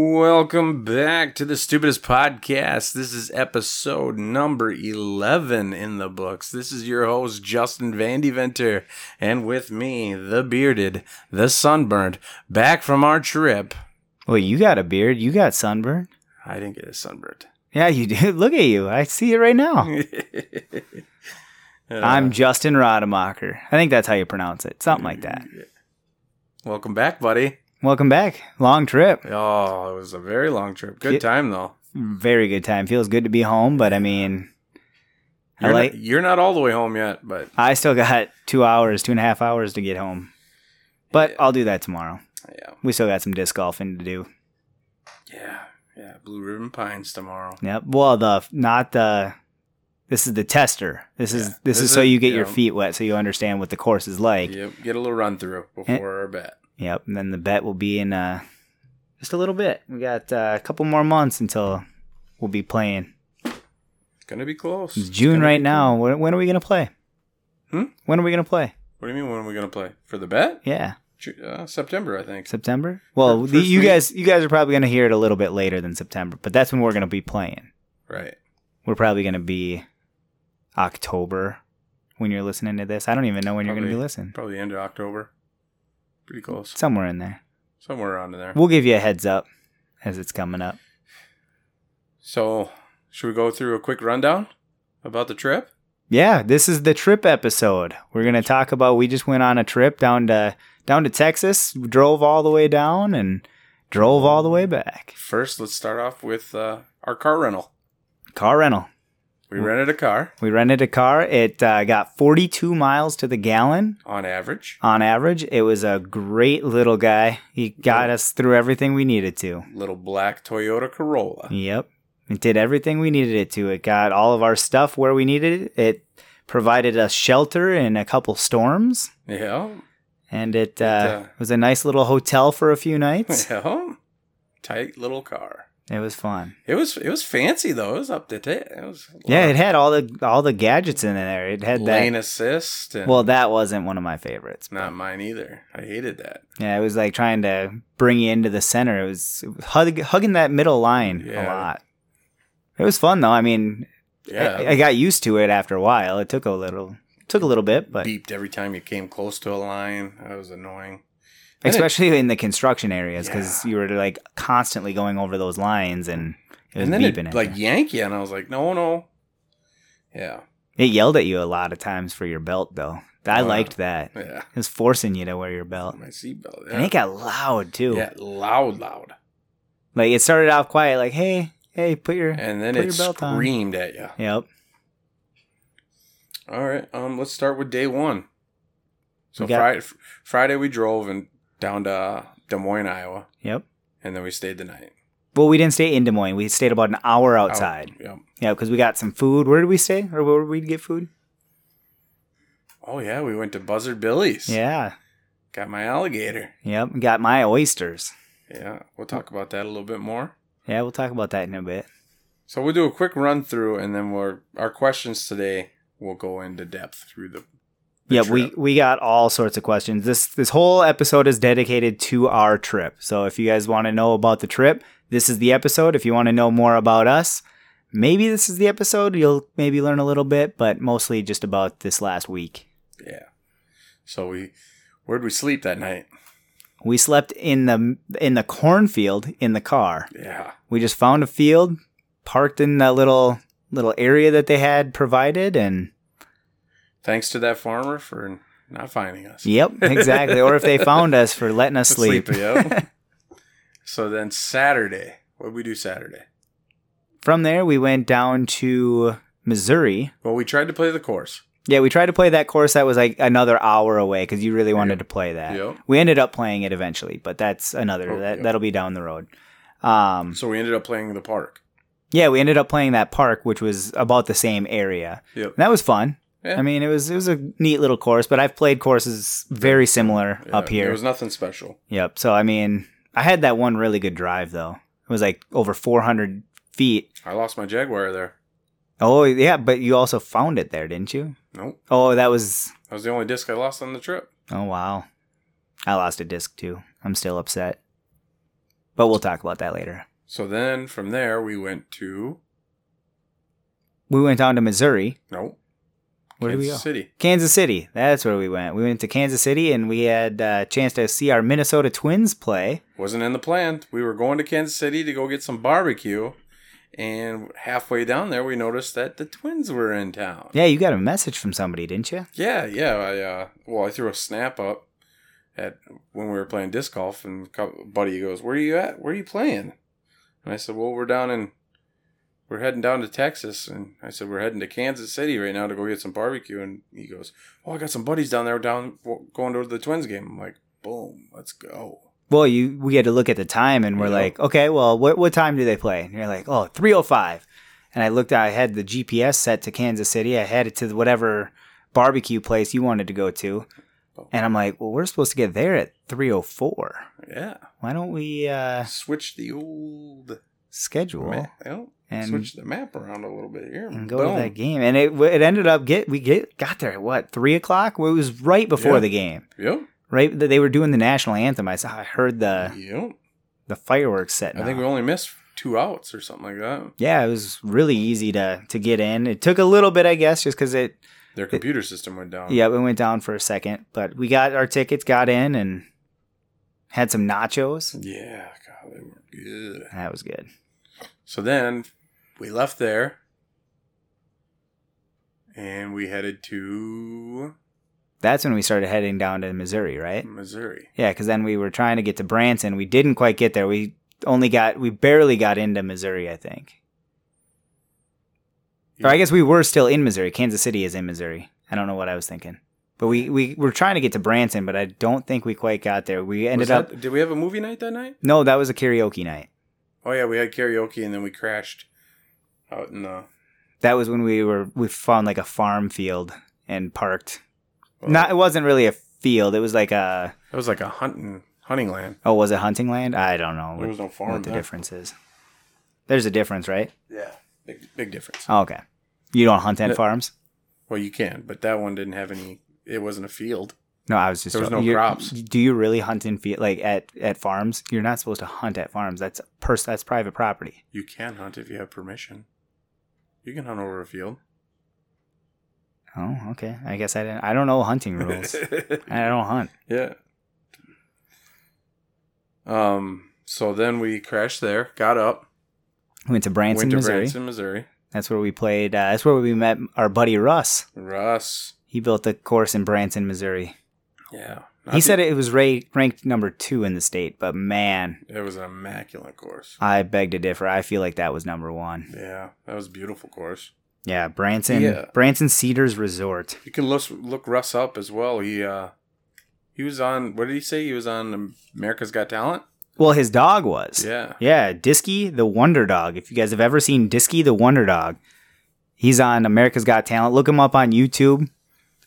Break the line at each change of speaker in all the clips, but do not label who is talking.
Welcome back to the stupidest podcast. This is episode number 11 in the books. This is your host, Justin Van Deventer, and with me, the bearded, the sunburned, back from our trip.
Well, you got a beard. You got sunburn.
I didn't get a sunburned.
Yeah, you do. Look at you. I see it right now.
Uh,
I'm Justin Rademacher. I think that's how you pronounce it. Something like that.
Welcome back, buddy.
Welcome back. Long trip.
Oh, it was a very long trip. Good
Yeah.
time, though.
Very good time. Feels good to be home, but I mean, I
You're,
like.
not, you're not all the way home yet, but
I still got two hours, two and a half hours to get home, but I'll do that tomorrow.
yeah,
We still got some disc golfing to do.
yeah, yeah. Blue Ribbon Pines tomorrow.
Yep. Well, the not the. This is the tester. This is
Yeah.
this,
This
is, so
is-
you get your
yeah.
feet wet, so you understand what the course is like.
Yep, get a little run through before our bet.
Yep, and then the bet will be in uh, just a little bit. We got uh, a couple more months until we'll be playing.
It's gonna be close.
It's June
gonna
right
be
now. When, when are we gonna play?
Hmm?
When are we gonna play?
What do you mean? When are we gonna play for the bet?
Yeah,
Ju- Uh, September, I think.
September. Well,
Fir-
the-
first
you
week.
guys, you guys are probably gonna hear it a little bit later than September, but that's when we're gonna be playing.
Right.
We're probably gonna be October when you're listening to this. I don't even know when you're gonna be
Probably.
listening.
Probably end of October. Pretty close.
Somewhere in there.
Somewhere around in there.
We'll give you a heads up as it's coming up.
So, should we go through a quick rundown about the trip?
Yeah, this is the trip episode. We're gonna talk about we just went on a trip down to down to Texas, drove all the way down and drove all the way back.
First, let's start off with uh, our car rental.
Car rental.
We rented a car
We rented a car. It uh, got 42 miles to the gallon
on average.
on average. It was a great little guy. He got us through everything we needed to.
Little black Toyota Corolla.
Yep. It did everything we needed it to. It got all of our stuff where we needed it. It provided us shelter in a couple storms.
Yeah.
and it uh,
uh,
was a nice little hotel for a few nights.
Yeah. Tight little car.
it was fun.
It was it was fancy though. It was up to date. It was a
Yeah,
lot
it had all the all the gadgets in there. It
of
had
lane uh,
that.
assist. And
Well, that wasn't one of my favorites.
not mine either. I hated that.
Yeah, it was like trying to bring you into the center. It was hug, hugging that middle line
Yeah.
a lot. It was fun though. I mean,
Yeah.
I, I got used to it after a while. It took a little took a little bit, but
beeped every time you came close to a line. That was annoying. And it-
especially in the construction areas because
Yeah.
you were like constantly going over those lines and it was
and then
beeping.
it
at
like
you.
yank you, and I was like, no, no. Yeah,
It yelled at you a lot of times for your belt, though. I
Oh,
liked that. It
yeah.
was forcing you to wear your belt.
My seatbelt.
And
Yeah.
it got loud, too.
yeah, loud, loud.
Like, it started off quiet, like, hey, hey, put your.
And then
Put
it
your belt on.
screamed at you.
Yep.
All right, um, let's start with day one. So
We got-
Friday, Friday we drove and down to Des Moines, Iowa,
Yep.
and then we stayed the night
Well, we didn't stay in Des Moines. We stayed about an hour
Out-
outside.
Yep.
Yeah, because we got some food. Where did we stay? Or where did we get food?
Oh yeah, we went to Buzzard Billy's.
Yeah.
Got my alligator.
Yep. Got my oysters.
Yeah, we'll talk about that a little bit more.
Yeah, we'll talk about that in a bit.
So we'll do a quick run through, and then we're our questions today will go into depth through the. the
Yeah, we,
trip.
we got all sorts of questions. This this whole episode is dedicated to our trip. So if you guys want to know about the trip, this is the episode. If you want to know more about us, maybe this is the episode. You'll maybe learn a little bit, but mostly just about this last week.
yeah. So we, where'd we sleep that night?
We slept in the in the cornfield in the car.
Yeah,
We just found a field, parked in that little little area that they had provided and
thanks to that farmer for not finding us.
yep, exactly. or if they found us for letting us
But
sleep.
yep. so then Saturday, what would we do Saturday?
From there, we went down to Missouri.
Well, we tried to play the course.
Yeah, we tried to play that course that was like another hour away because you really wanted to play that.
Yep.
We ended up playing it eventually, but that's another
Oh,
that
yeah.
that'll be down the road. Um,
So we ended up playing the park.
yeah, we ended up playing that park, which was about the same area.
Yep.
And that was fun.
Yeah.
I mean, it was it was a neat little course, but I've played courses very similar
Yeah,
up here.
There was nothing special.
yep. So I mean, I had that one really good drive though. It was like over 400 feet.
I lost my Jaguar there.
Oh yeah, but you also found it there, didn't you?
Nope.
Oh, that was
That was the only disc I lost on the trip.
Oh wow. I lost a disc too. I'm still upset. But we'll talk about that later.
So then from there we went to
We went down to Missouri.
no
Where did
Kansas
we go?
City.
Kansas City. That's where we went. We went to Kansas City and we had uh, a chance to see our Minnesota Twins play.
Wasn't in the plan. We were going to Kansas City to go get some barbecue, and halfway down there we noticed that the Twins were in town.
Yeah, you got a message from somebody, didn't you?
Yeah, yeah. I uh, well, I threw a snap up at when we were playing disc golf, and co- buddy goes, "Where are you at? Where are you playing?" And I said, "Well, we're down in, we're heading down to Texas." And I said, "We're heading to Kansas City right now to go get some barbecue." And he goes, "Oh, I got some buddies down there down going to the Twins game." I'm like, "Boom, let's go."
Well, you we had to look at the time and we're
Yeah.
like, okay, well, what what time do they play? And you're like, oh, 305. And I looked I had the GPS set to Kansas City. I had it to whatever barbecue place you wanted to go to. And I'm like, well, we're supposed to get there at 304.
Yeah,
Why don't we uh
switch the old
schedule
map. Well,
and
switch the map around a little bit here.
and go
Boom.
to that game. And it it ended up get we get got there at what three o'clock. Well, it was right before
Yeah.
the game.
Yep.
Right, they were doing the national anthem. I saw, I heard the
Yep.
the fireworks setting.
I think
off.
we only missed two outs or something like that.
yeah, it was really easy to to get in. It took a little bit, I guess, just because it.
Their computer system went down.
Yeah, it went down for a second, but we got our tickets, got in, and had some nachos.
Yeah, God, they were good.
That was good.
So then we left there and we headed to
That's when we started heading down to Missouri, right?
Missouri.
Yeah, because then we were trying to get to Branson. We didn't quite get there. We only got we barely got into Missouri, I think. Or I guess we were still in Missouri. Kansas City is in Missouri. I don't know what I was thinking. But we, we were trying to get to Branson, but I don't think we quite got there. We ended
Was that-
up
Did we have a movie night that night?
No, that was a karaoke night.
Oh, yeah, we had karaoke and then we crashed out in the.
That was when we were we found like a farm field and parked.
well,
Not it wasn't really a field. It was like a
It was like a hunting hunting land.
oh, was it hunting land? I don't know
There was
what,
no farm.
what Oh, the
there.
difference is. There's a difference, right?
Yeah, big, big difference.
Oh, okay. You don't hunt
No.
at farms?
Well, you can, but that one didn't have any. It wasn't a field.
No, I was just.
There was no
joking. You're-
crops.
Do you really hunt in field like at at farms? You're not supposed to hunt at farms. That's pers- That's private property.
You can hunt if you have permission. You can hunt over a field.
Oh, okay. I guess I didn't. I don't know hunting rules. I don't hunt.
yeah. Um. So then we crashed there, got up,
Went to Branson,
went to
Missouri.
Branson, Missouri.
That's where we played. Uh, that's where we met our buddy Russ.
Russ.
He built the course in Branson, Missouri.
Yeah.
he said it was ra- ranked number two in the state, but man,
it was an immaculate course.
I beg to differ. I feel like that was number one.
Yeah, that was a beautiful course.
Yeah, Branson,
Yeah.
Branson Cedars Resort.
You can look look Russ up as well. He uh, he was on. What did he say? He was on America's Got Talent.
Well, his dog was.
Yeah.
Yeah, Disky the Wonder Dog. If you guys have ever seen Disky the Wonder Dog, he's on America's Got Talent. Look him up on YouTube.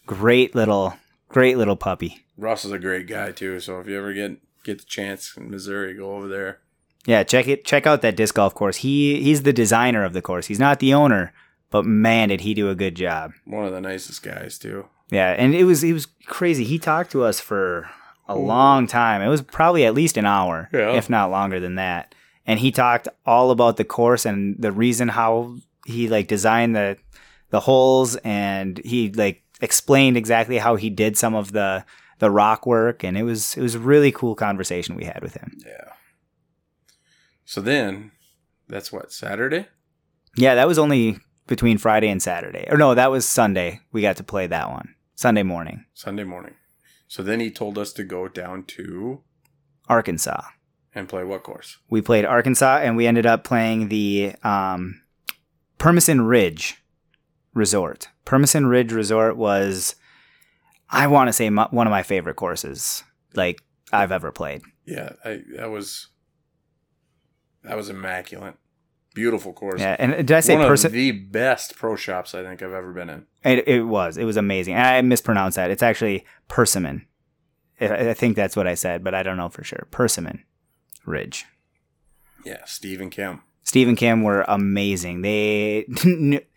Great little, great little puppy.
Russ is a great guy too. So if you ever get get the chance in Missouri, go over there.
Yeah, check it. Check out that disc golf course. He he's the designer of the course. He's not the owner, but man, did he do a good job.
One of the nicest guys too.
Yeah, and it was it was crazy. He talked to us for a
Ooh.
long time. It was probably at least an hour,
Yeah.
if not longer than that. And he talked all about the course and the reason how he like designed the the holes and he like explained exactly how he did some of the the rock work and it was it was a really cool conversation we had with him.
Yeah. So then, that's what Saturday.
Yeah, that was only between Friday and Saturday. Or no, that was Sunday. We got to play that one. Sunday morning.
Sunday morning. So then he told us to go down to
Arkansas.
and play what course?
we played Arkansas and we ended up playing the um, Permison Ridge Resort. Permison Ridge Resort was, I want to say, my, one of my favorite courses like I've ever played.
Yeah, I, that was that was immaculate, beautiful course.
Yeah, and did I say
One
person?
of the best pro shops I think I've ever been in.
it, it was. It was amazing. And I mispronounced that. It's actually Persimmon. I I think that's what I said, but I don't know for sure. Persimmon Ridge.
Yeah, Steve and Kim.
Steve and Kim were amazing. They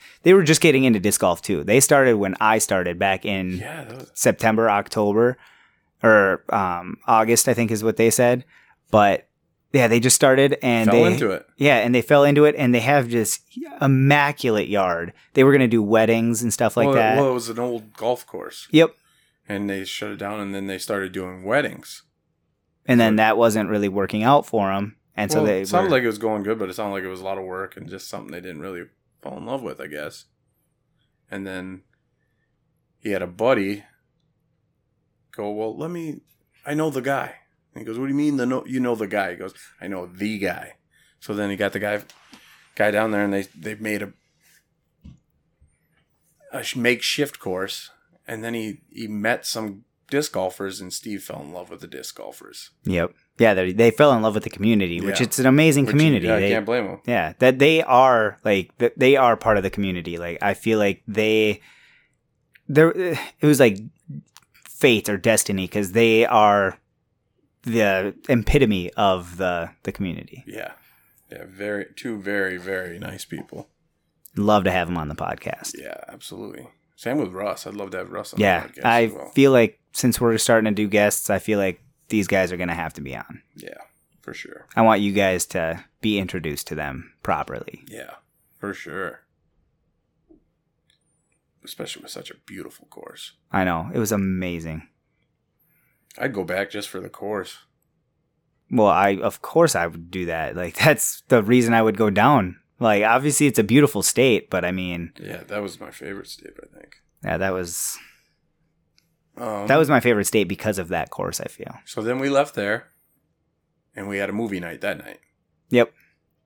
they were just getting into disc golf too. They started when I started back in
Yeah, that was,
September, October, or um, August, I think is what they said. But yeah, they just started and
Fell
they
into it.
yeah, and they fell into it and they have just immaculate yard. They were gonna do weddings and stuff like
well,
that.
well, it was an old golf course,
yep.
and they shut it down, and then they started doing weddings.
And then that wasn't really working out for them, and so
well,
they
it sounded
were-
like it was going good, but it sounded like it was a lot of work and just something they didn't really fall in love with, I guess. And then he had a buddy go, "Well, let me. I know the guy." And he goes, "What do you mean the no? You know the guy?" He goes, "I know the guy." So then he got the guy, guy down there, and they they made a a sh- makeshift course, and then he he met some disc golfers, and Steve fell in love with the disc golfers.
yep. Yeah, they they fell in love with the community, which
Yeah.
it's an amazing
Which,
community.
yeah, I
They-
can't blame him.
yeah that they are like that they are part of the community like i feel like they there it was like fate or destiny because they are the epitome of the the community
Yeah. Yeah, very two very very nice people.
love to have them on the podcast
Yeah, absolutely. Same with Russ. I'd love to have Russ on
yeah
the podcast
i
as well.
feel like since we're starting to do guests i feel like these guys are gonna have to be on
yeah, for sure.
i want you guys to be introduced to them properly
Yeah, for sure. Especially with such a beautiful course.
i know it was amazing
I'd go back just for the course.
Well, I of course I would do that. Like that's the reason I would go down. Like obviously it's a beautiful state, but I mean,
Yeah, that was my favorite state, I think.
yeah, that was
Um,
that was my favorite state because of that course, I feel.
So then we left there and we had a movie night that night.
Yep.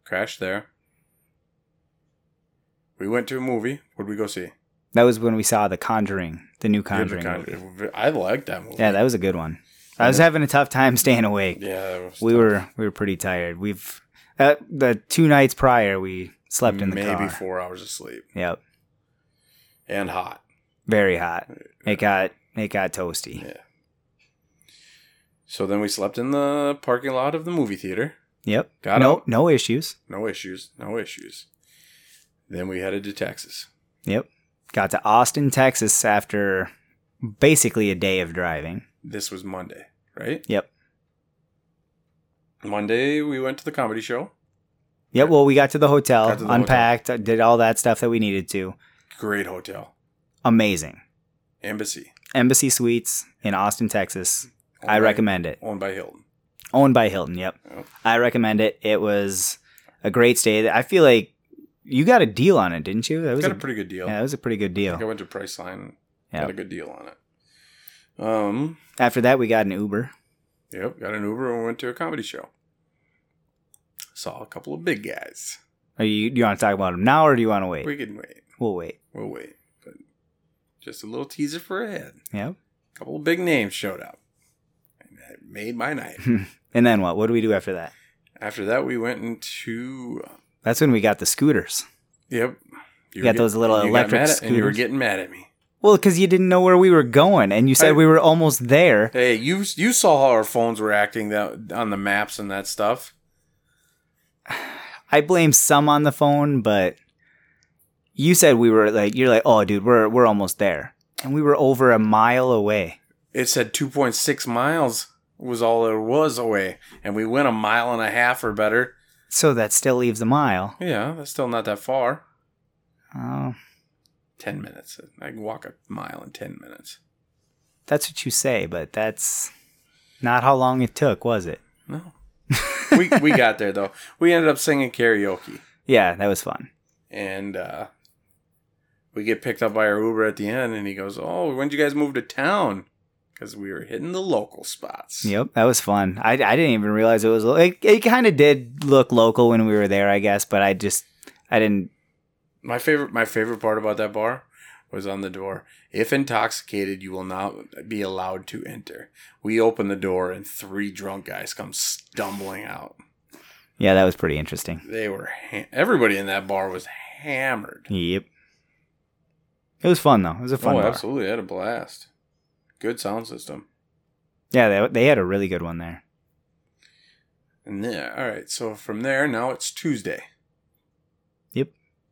Crashed there. We went to a movie. What'd we go see?
That was when we saw The Conjuring, the new
Yeah, The
Conjuring, movie.
Conjuring. I liked that movie.
Yeah, that was a good one. I was having a tough time staying awake.
Yeah, that was
we
tough.
were we were pretty tired. We've uh, the two nights prior we slept in the
maybe
car.
four hours of sleep
Yep.
and hot.
Very hot. It got it got toasty.
Yeah. So then we slept in the parking lot of the movie theater.
Yep.
Got
no
out.
no issues.
No issues. No issues. Then we headed to Texas.
Yep. Got to Austin, Texas after basically a day of driving.
This was Monday, right?
Yep.
Monday we went to the comedy show.
Yep. Well, we got to the hotel,
Got to the
unpacked, uh, did all that stuff that we needed to.
Great hotel,
Amazing.
Embassy.
Embassy Suites in Austin, Texas.
Owned
I
by-
recommend it.
Owned by Hilton.
Owned by Hilton. Yep.
Oh.
I recommend it. It was a great stay. I feel like you got a deal on it, didn't you? That was
Got
a,
a pretty good deal.
yeah, that was a pretty good
I think I
deal.
went to Priceline. and
Yeah.
Got a good deal on it. Um.
After that, we got an Uber.
Yep. Got an Uber and went to a comedy show. Saw a couple of big guys.
Are you? Do you want to talk about them now, or do you want to wait?
We can wait.
We'll wait.
We'll wait. But just a little teaser for ahead.
Yep.
A couple of big names showed up. And that made my night.
And then what? What do we do after that?
After that, we went into. uh,
That's when we got the scooters.
Yep.
You
were
got those little
got
electric
mad at- And you were
scooters?
getting mad at me.
Well, because you didn't know where we were going, and you said
I-
we were almost there.
Hey, you you saw how our phones were acting that on the maps and that stuff.
I blame some on the phone, but you said we were like, you're like, oh, dude, we're we're almost there, and we were over a mile away.
It said 2.6 miles was all there was away, and we went a mile and a half or better.
So that still leaves a mile.
Yeah, that's still not that far.
Oh,
10 minutes. I can walk a mile in 10 minutes.
that's what you say, but that's not how long it took, was it?
No. we, we got there, though. We ended up singing karaoke.
Yeah, that was fun.
And uh, we get picked up by our Uber at the end, and he goes, Oh, when'd you guys move to town? Because we were hitting the local spots.
Yep, that was fun. I, I didn't even realize it was like it kind of did look local when we were there, I guess, but I just I didn't.
My favorite, my favorite part about that bar was on the door. If intoxicated, you will not be allowed to enter. We open the door, and three drunk guys come stumbling out.
Yeah, that was pretty interesting.
They were ha- everybody in that bar was hammered.
Yep. It was fun though. It was a fun
oh,
bar.
absolutely! I had a blast. Good sound system.
Yeah, they, they had a really good one there.
And yeah, all right. So from there, now it's Tuesday.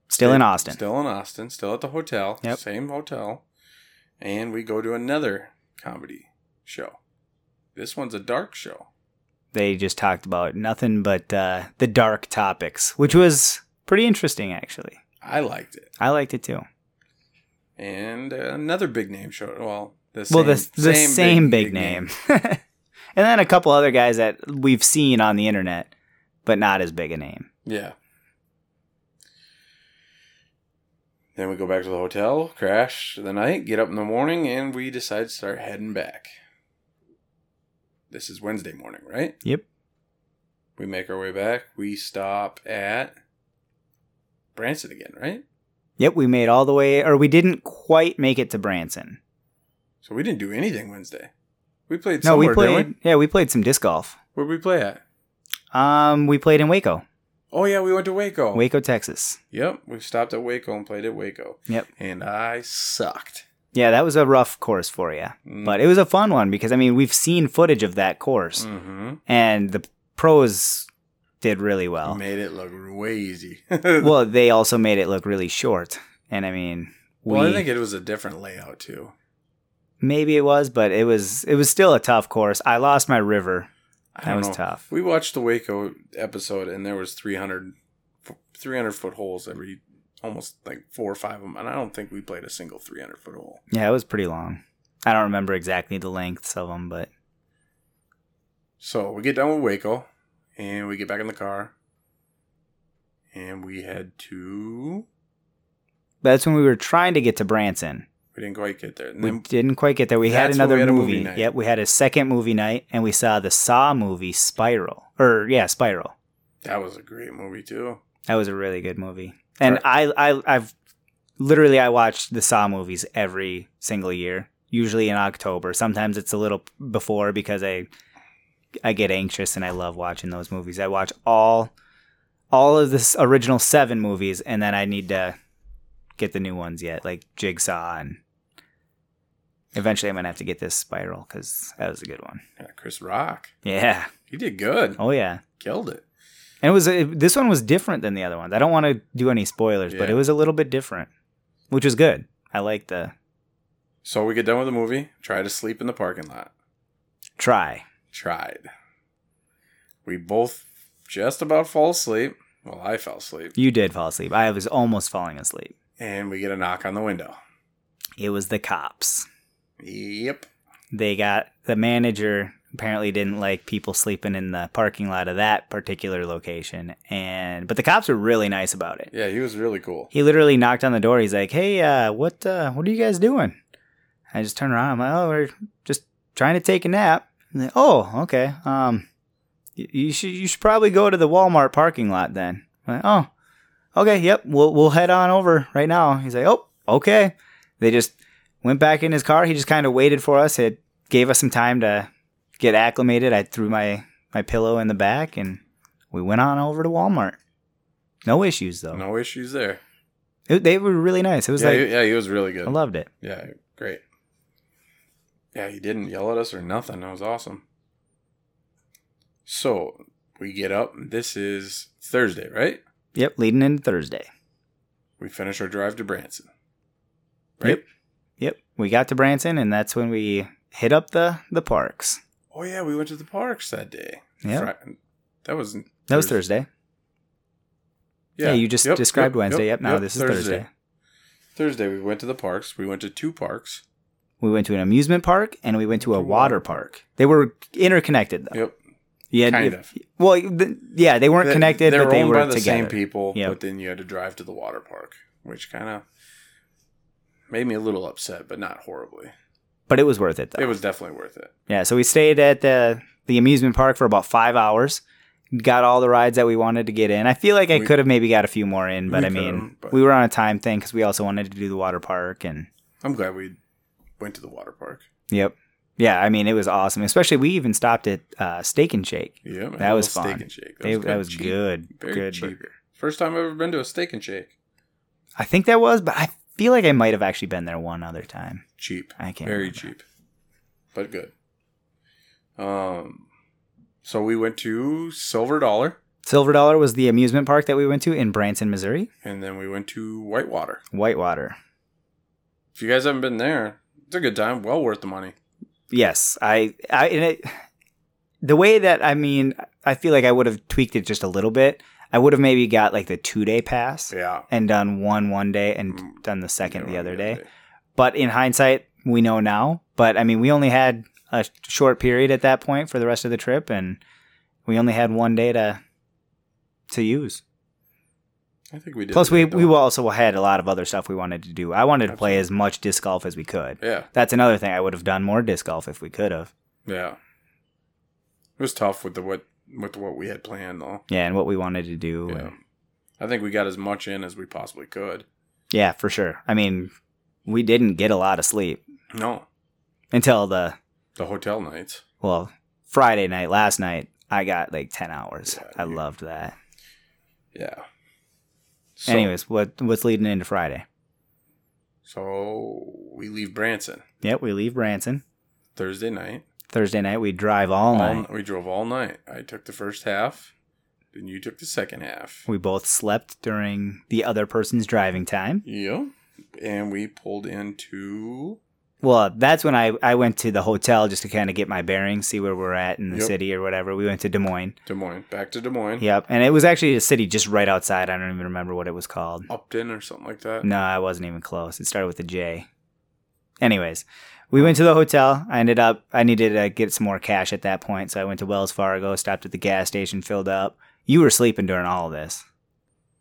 Still in Austin.
Still in Austin. Still at the hotel.
Yep.
Same hotel. And we go to another comedy show. This one's a dark show.
they just talked about nothing but uh, the dark topics, which was pretty interesting actually.
I liked it.
I liked it too.
And uh, another big name showed. Well, the
well, the the same, big, name, and then a couple other guys that we've seen on the internet, but not as big a name.
Yeah. Then we go back to the hotel, crash the night, get up in the morning, and we decide to start heading back. This is Wednesday morning, right?
Yep.
We make our way back. We stop at Branson again, right?
Yep, we made all the way, or we didn't quite make it to Branson.
So we didn't do anything Wednesday. We played
No,
somewhere,
we
didn't
played. Yeah, we played some disc golf.
we? Where'd we play at?
Um, we played in Waco,
Oh, yeah, we went to Waco.
Waco, Texas.
Yep, we stopped at Waco and played at Waco.
Yep.
And I sucked.
Yeah, that was a rough course for you,
Mm.
but it was a fun one because I mean we've seen footage of that course,
Mm-hmm.
and the pros did really well.
Made it look way easy.
Well, they also made it look really short, and I mean, we,
well, I think it was a different layout, too.
maybe it was, but it was it was still a tough course. I lost my river.
I
That
don't
was
know.
tough.
We watched the Waco episode, and there was 300, f- 300 foot holes every, almost like four or five of them, and I don't think we played a single 300 foot hole.
Yeah, it was pretty long. I don't remember exactly the lengths of them, but
So we get done with Waco, and we get back in the car, and we head to.
that's when we were trying to get to Branson.
We didn't quite get there. And
We
then,
didn't quite get there. We had
That's when
another
we had a movie
movie.
night.
yep, we had a second movie night, and we saw the Saw movie Spiral. Or yeah, Spiral.
that was a great movie too.
That was a really good movie. And
Right.
I, I, I've literally I watched the Saw movies every single year, usually in October. Sometimes it's a little before because I, I get anxious and I love watching those movies. I watch all, all of the s- original seven movies, and then I need to get the new ones yet, like Jigsaw and. Eventually, I'm gonna have to get this spiral because that was a good one.
Yeah, Chris Rock,
Yeah.
he did good,
Oh yeah.
killed it.
And it was it, this one was different than the other ones. I don't want to do any spoilers, but
Yeah.
it was a little bit different, which was good. I like the
So we get done with the movie. Try to sleep in the parking lot.
try.
Tried. We both just about fall asleep. Well, I fell asleep.
You did fall asleep. I was almost falling asleep.
And we get a knock on the window.
It was the cops.
Yep.
They got the manager apparently didn't like people sleeping in the parking lot of that particular location and but the cops were really nice about it.
Yeah, he was really cool.
He literally knocked on the door. He's like, "Hey, uh, what uh, what are you guys doing?" I just turn around. I'm like, "Oh, we're just trying to take a nap." And they, oh, okay. Um, y- you should you should probably go to the Walmart parking lot then. I'm like, oh, okay. Yep, we'll we'll head on over right now. He's like, "Oh, okay." They just went back in his car. He just kind of waited for us. It gave us some time to get acclimated. I threw my my pillow in the back and we went on over to Walmart. No issues though.
No issues there.
It, they were really nice. It was
Yeah,
like
he, yeah, he was really good.
I loved it.
yeah, great. Yeah, he didn't yell at us or nothing. That was awesome. So we get up. This is Thursday, right?
Yep, leading into Thursday.
We finish our drive to Branson.
Yep. Yep. We got to Branson and that's when we hit up the the parks.
Oh yeah, we went to the parks that day.
Yeah.
Fri- that was
That was Thursday. Yeah, you just
Yep,
described
yep,
Wednesday. Yep, now
yep,
this is Thursday.
Thursday, we went to the parks. We went to two parks.
We went to an amusement park and we went to a
To a
water
water
park. They were interconnected though.
Yep,
Yeah,
kind of.
Well, th- yeah, they Uh, weren't
They-
connected,
they
but they
owned
were
by the
together.
same people.
Yep.
But then you had to drive to the water park, which kind of made me a little upset, but not horribly.
But it was worth it though.
It was definitely worth it.
Yeah, so we stayed at the the amusement park for about five hours. Got all the rides that we wanted to get in. I feel like I
We-
could have maybe got a few more in, but
We
I mean,
could've, but-
we were on a time thing because we also wanted to do the water park and
I'm glad we went to the water park.
yep, yeah. I mean, it was awesome. Especially we even stopped at uh, Steak and Shake.
Yeah,
That was fun.
Steak and shake.
They- That was,
cheap.
good,
Very
good.
cheap. First time I've ever been to a steak and shake.
I think that was, but I feel like I might have actually been there one other time.
Cheap.
I can't.
Very
remember.
cheap, but good. Um, so we went to Silver Dollar,
Silver Dollar was the amusement park that we went to in Branson, Missouri.
and then we went to Whitewater.
Whitewater.
If you guys haven't been there, it's a good time. Well worth the money.
Yes, I, I, and it, the way that I mean, I feel like I would have tweaked it just a little bit. I would have maybe got like the two day pass
Yeah.
and done one one day and done the second the other day. But in hindsight, we know now. But I mean, we only had a short period at that point for the rest of the trip, and we only had one day to to use.
I think we did.
Plus,
the
we
right
we
one.
also had a lot of other stuff we wanted to do. I wanted to play as much disc golf as we could.
Yeah.
That's another thing. I would have done more disc golf if we could have.
Yeah. It was tough with the what with what we had planned though.
Yeah, and what we wanted to do. and-
Yeah. I think we got as much in as we possibly could.
Yeah, for sure. I mean, we didn't get a lot of sleep
No.
until the
The hotel nights.
well Friday night last night. I got like ten hours.
Yeah,
I
you-
loved that.
Yeah. So,
Anyways, what what's leading into Friday?
So we leave Branson
Yep, we leave Branson
Thursday night.
Thursday night. We drive all night.
We drove all night. I took the first half, and you took the second half.
We both slept during the other person's driving time.
Yeah. And we pulled into
Well, that's when I, I went to the hotel just to kind of get my bearings, see where we're at in the
Yep.
city or whatever. We went to Des Moines.
Des Moines, back to Des Moines,
Yep. And it was actually a city just right outside. I don't even remember what it was called.
Upton or something like that.
No, I wasn't even close. It started with a J. Anyways, we went to the hotel. I ended up, I needed to get some more cash at that point. So I went to Wells Fargo, stopped at the gas station, filled up. You were sleeping during all of this.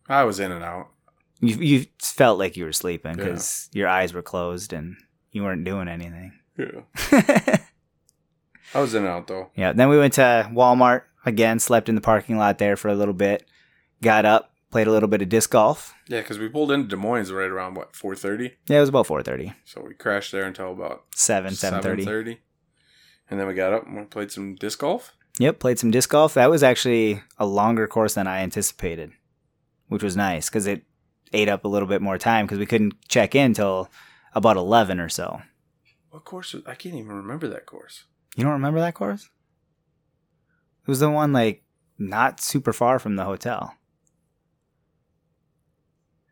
I was in and out.
You, you felt like you were sleeping
Yeah.
because your eyes were closed and you weren't doing anything.
Yeah. I was in and out though.
yeah. Then we went to Walmart again, slept in the parking lot there for a little bit, got up, played a little bit of disc golf.
Yeah, because we pulled into Des Moines right around what four thirty.
Yeah, it was about 4.30,
So we crashed there until about
7,
seven
7.30.
thirty, and then we got up and we played some disc golf.
Yep, played some disc golf. That was actually a longer course than I anticipated, which was nice because it ate up a little bit more time because we couldn't check in till about 11 or so.
What course? Was, I can't even remember that course.
You don't remember that course? It was the one like not super far from the hotel.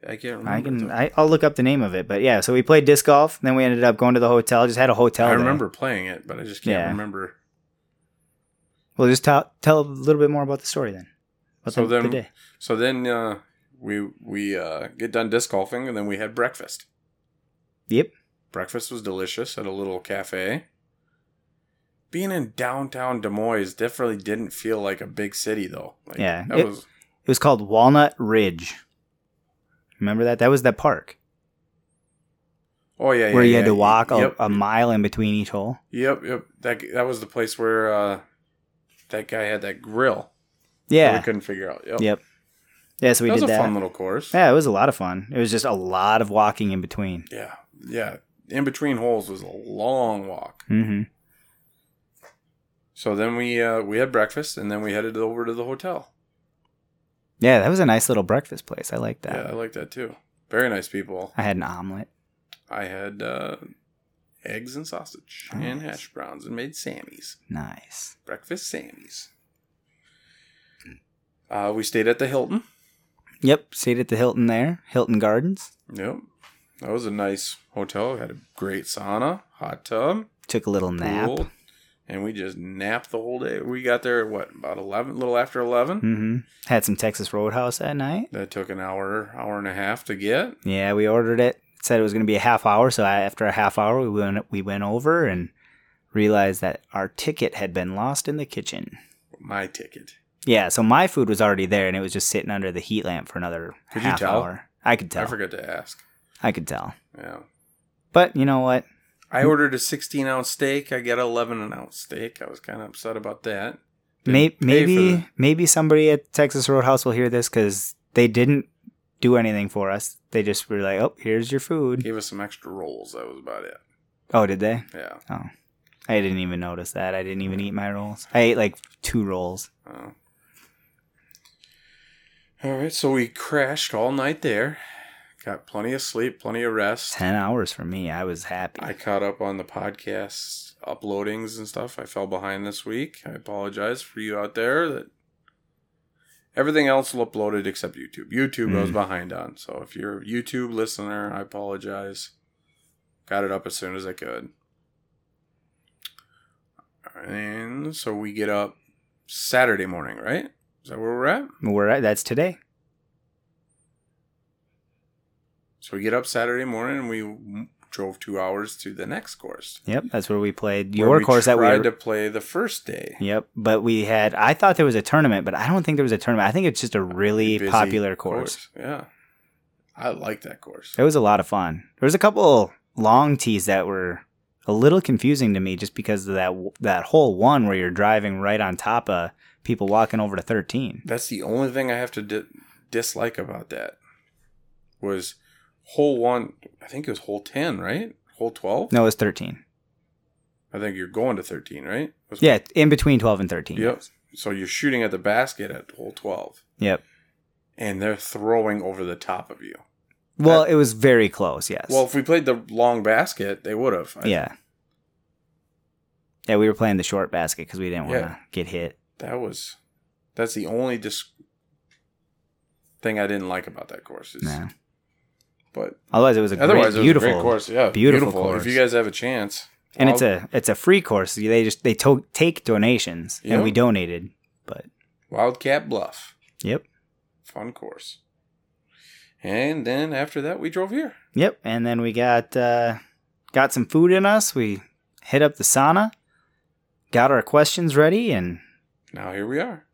I can't remember.
I can
though.
I, I'll look up the name of it, but yeah. So we played disc golf, then we ended up going to the hotel. Just had a hotel.
I
there.
remember playing it, but I just can't
Yeah.
remember.
Well, just tell tell a little bit more about the story then. About
So
the, the
then-
day.
So then uh, we we uh, get done disc golfing, and then we had breakfast.
Yep.
Breakfast was delicious at a little cafe. Being in downtown Des Moines definitely didn't feel like a big city though. Like,
Yeah,
that
it-
was
It was called Walnut Ridge. Remember that? That was the park.
oh yeah, yeah
where you had
yeah.
to walk a,
Yep,
a mile in between each hole.
yep, yep. That that was the place where uh, that guy had that grill. that we
Yeah,
couldn't figure out. Yep,
Yep, yeah. So we
that was
did
a
that.
fun little course.
Yeah, it was a lot of fun. It was just a lot of walking in between.
yeah, yeah. In between holes was a long walk.
hmm
So then we uh, we had breakfast, and then we headed over to the hotel.
Yeah, that was a nice little breakfast place. I like that.
Yeah, I like that too. Very nice people.
I had an omelet.
I had uh, eggs and sausage and
Oh, Nice.
hash browns and made Sammy's.
Nice.
Breakfast Sammy's. Uh, we stayed at the Hilton.
Yep, stayed at the Hilton there, Hilton Gardens.
Yep. That was a nice hotel. Had a great sauna, hot tub,
Took a little nap.
pool. And we just napped the whole day. We got there at what, about 11, little after 11?
hmm Had some Texas Roadhouse that night.
That took an hour, hour and a half to get.
Yeah, we ordered it. It said it was going to be a half hour, so I, after a half hour, we went we went over and realized that our ticket had been lost in the kitchen.
My ticket.
Yeah, so my food was already there, and it was just sitting under the heat lamp for another
Could you
half
tell?
hour. I could
I
tell.
forgot to ask.
I could tell.
Yeah.
But you know what?
I ordered a 16 ounce steak. I got 11 an ounce steak. I was kind of upset about that.
May-
Didn't pay for
maybe
that.
maybe somebody at Texas Roadhouse will hear this because they didn't do anything for us. They just were like, "Oh, here's your food."
gave us some extra rolls. That was about it.
Oh, did they?
Yeah.
I didn't even notice that. I didn't even eat my rolls. I ate like two rolls.
Oh. All right. So we crashed all night there. Got plenty of sleep, plenty of rest.
Ten hours for me. I was happy.
I caught up on the podcast uploadings and stuff. I fell behind this week. I apologize for you out there that everything else will uploaded except YouTube. YouTube I was
Mm.
behind on. So if you're a YouTube listener, I apologize. Got it up as soon as I could. And so we get up, Saturday morning, right? Is that where we're at?
We're at, that's today.
So we get up Saturday morning and we m- drove two hours to the next course.
Yep, that's where we played
where
your
we
course that we
tried
were-
to play the first day.
Yep, but we had I thought there was a tournament, but I don't think there was a tournament. I think it's just a really
Busy
popular course.
Yeah, I like that course.
It was a lot of fun. There was a couple long tees that were a little confusing to me just because of that that whole one where you're driving right on top of people walking over to 13.
That's the only thing I have to di- dislike about that was hole one. I think it was hole ten, right? Hole twelve.
No, it was 13.
I think you're going to thirteen, right? Was-
Yeah, in between 12 and 13.
Yep. So you're shooting at the basket at hole twelve,
Yep.
and they're throwing over the top of you.
Well, it was very close, yes.
Well, if we played the long basket, they would have. I-
yeah. Yeah, we were playing the short basket cuz we didn't want to
Yeah.
get hit.
That was. That's the only dis- thing I didn't like about that course. Is,
No.
But
Otherwise, it was a
otherwise,
great, beautiful
it was a great course. Yeah,
beautiful course.
If you guys have a chance,
and it's
I'll-
a it's a free course. They just they to- take donations,
Yeah.
and we donated. But
Wildcat Bluff,
yep,
fun course. And then after that, we drove here.
yep. And then we got uh, got some food in us. We hit up the sauna, got our questions ready, and
Now here we are.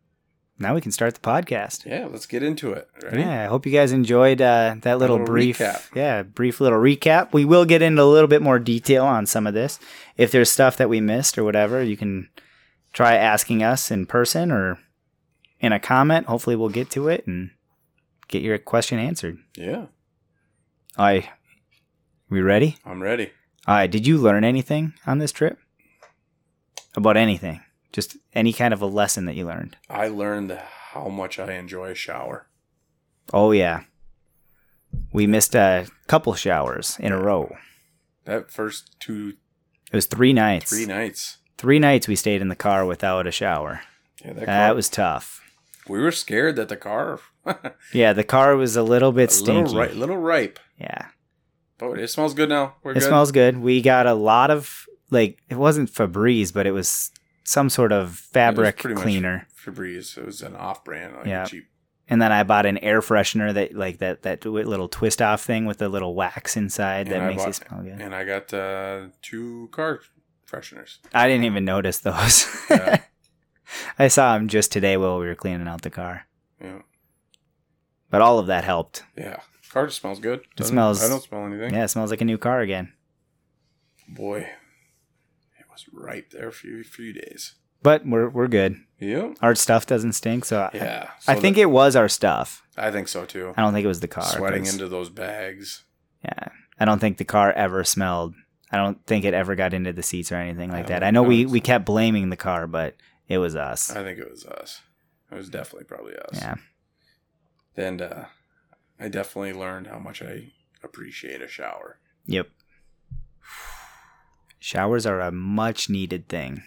now we can start the podcast.
Yeah, let's get into it. Ready?
Yeah, I hope you guys enjoyed uh, that little,
little
brief,
recap.
yeah, brief little recap. We will get into a little bit more detail on some of this. If there's stuff that we missed or whatever, you can try asking us in person or in a comment. Hopefully, we'll get to it and get your question answered.
Yeah,
All right, we ready?
I'm ready.
All right, did you learn anything on this trip about anything? Just any kind of a lesson that you learned?
I learned how much I enjoy a shower.
Oh yeah, we missed a couple showers in a row.
That first two,
It was three nights.
three nights.
Three nights we stayed in the car without a shower.
Yeah,
That,
that, car,
was tough.
we were scared that the car a
Yeah, the car was a little bit
little
stinky.
ripe, little ripe,
Yeah,
but it smells good now. We're
it
good.
smells good. We got a lot of like it wasn't Febreze, but it was some sort of fabric
pretty much-
cleaner.
Febreze. It was an off-brand, like
Yeah.
cheap.
And then I bought an air freshener that like that that little twist off thing with the little wax inside
And
that
I
makes it
bought-
smell good.
And I got uh, two car fresheners.
I didn't even notice those.
Yeah.
I saw them just today while we were cleaning out the car.
yeah.
But all of that helped.
Yeah. Car just smells good. doesn't
smells-
I don't smell anything.
Yeah, it smells like a new car again.
Boy, it was ripe there for a few days.
But we're we're good.
Yep.
our stuff doesn't stink. So I-
Yeah.
I, think it was our stuff.
I think so too.
I don't think it was the car.
Sweating
'cause-
into those bags.
Yeah, I don't think the car ever smelled. I don't think it ever got into the seats or anything like
I
that.
don't
I know
know. Uh,
we we kept blaming the car, but it was us.
I think it was us. It was definitely probably us.
Yeah.
And uh, I definitely learned how much I appreciate a shower.
Yep. Showers are a much needed thing.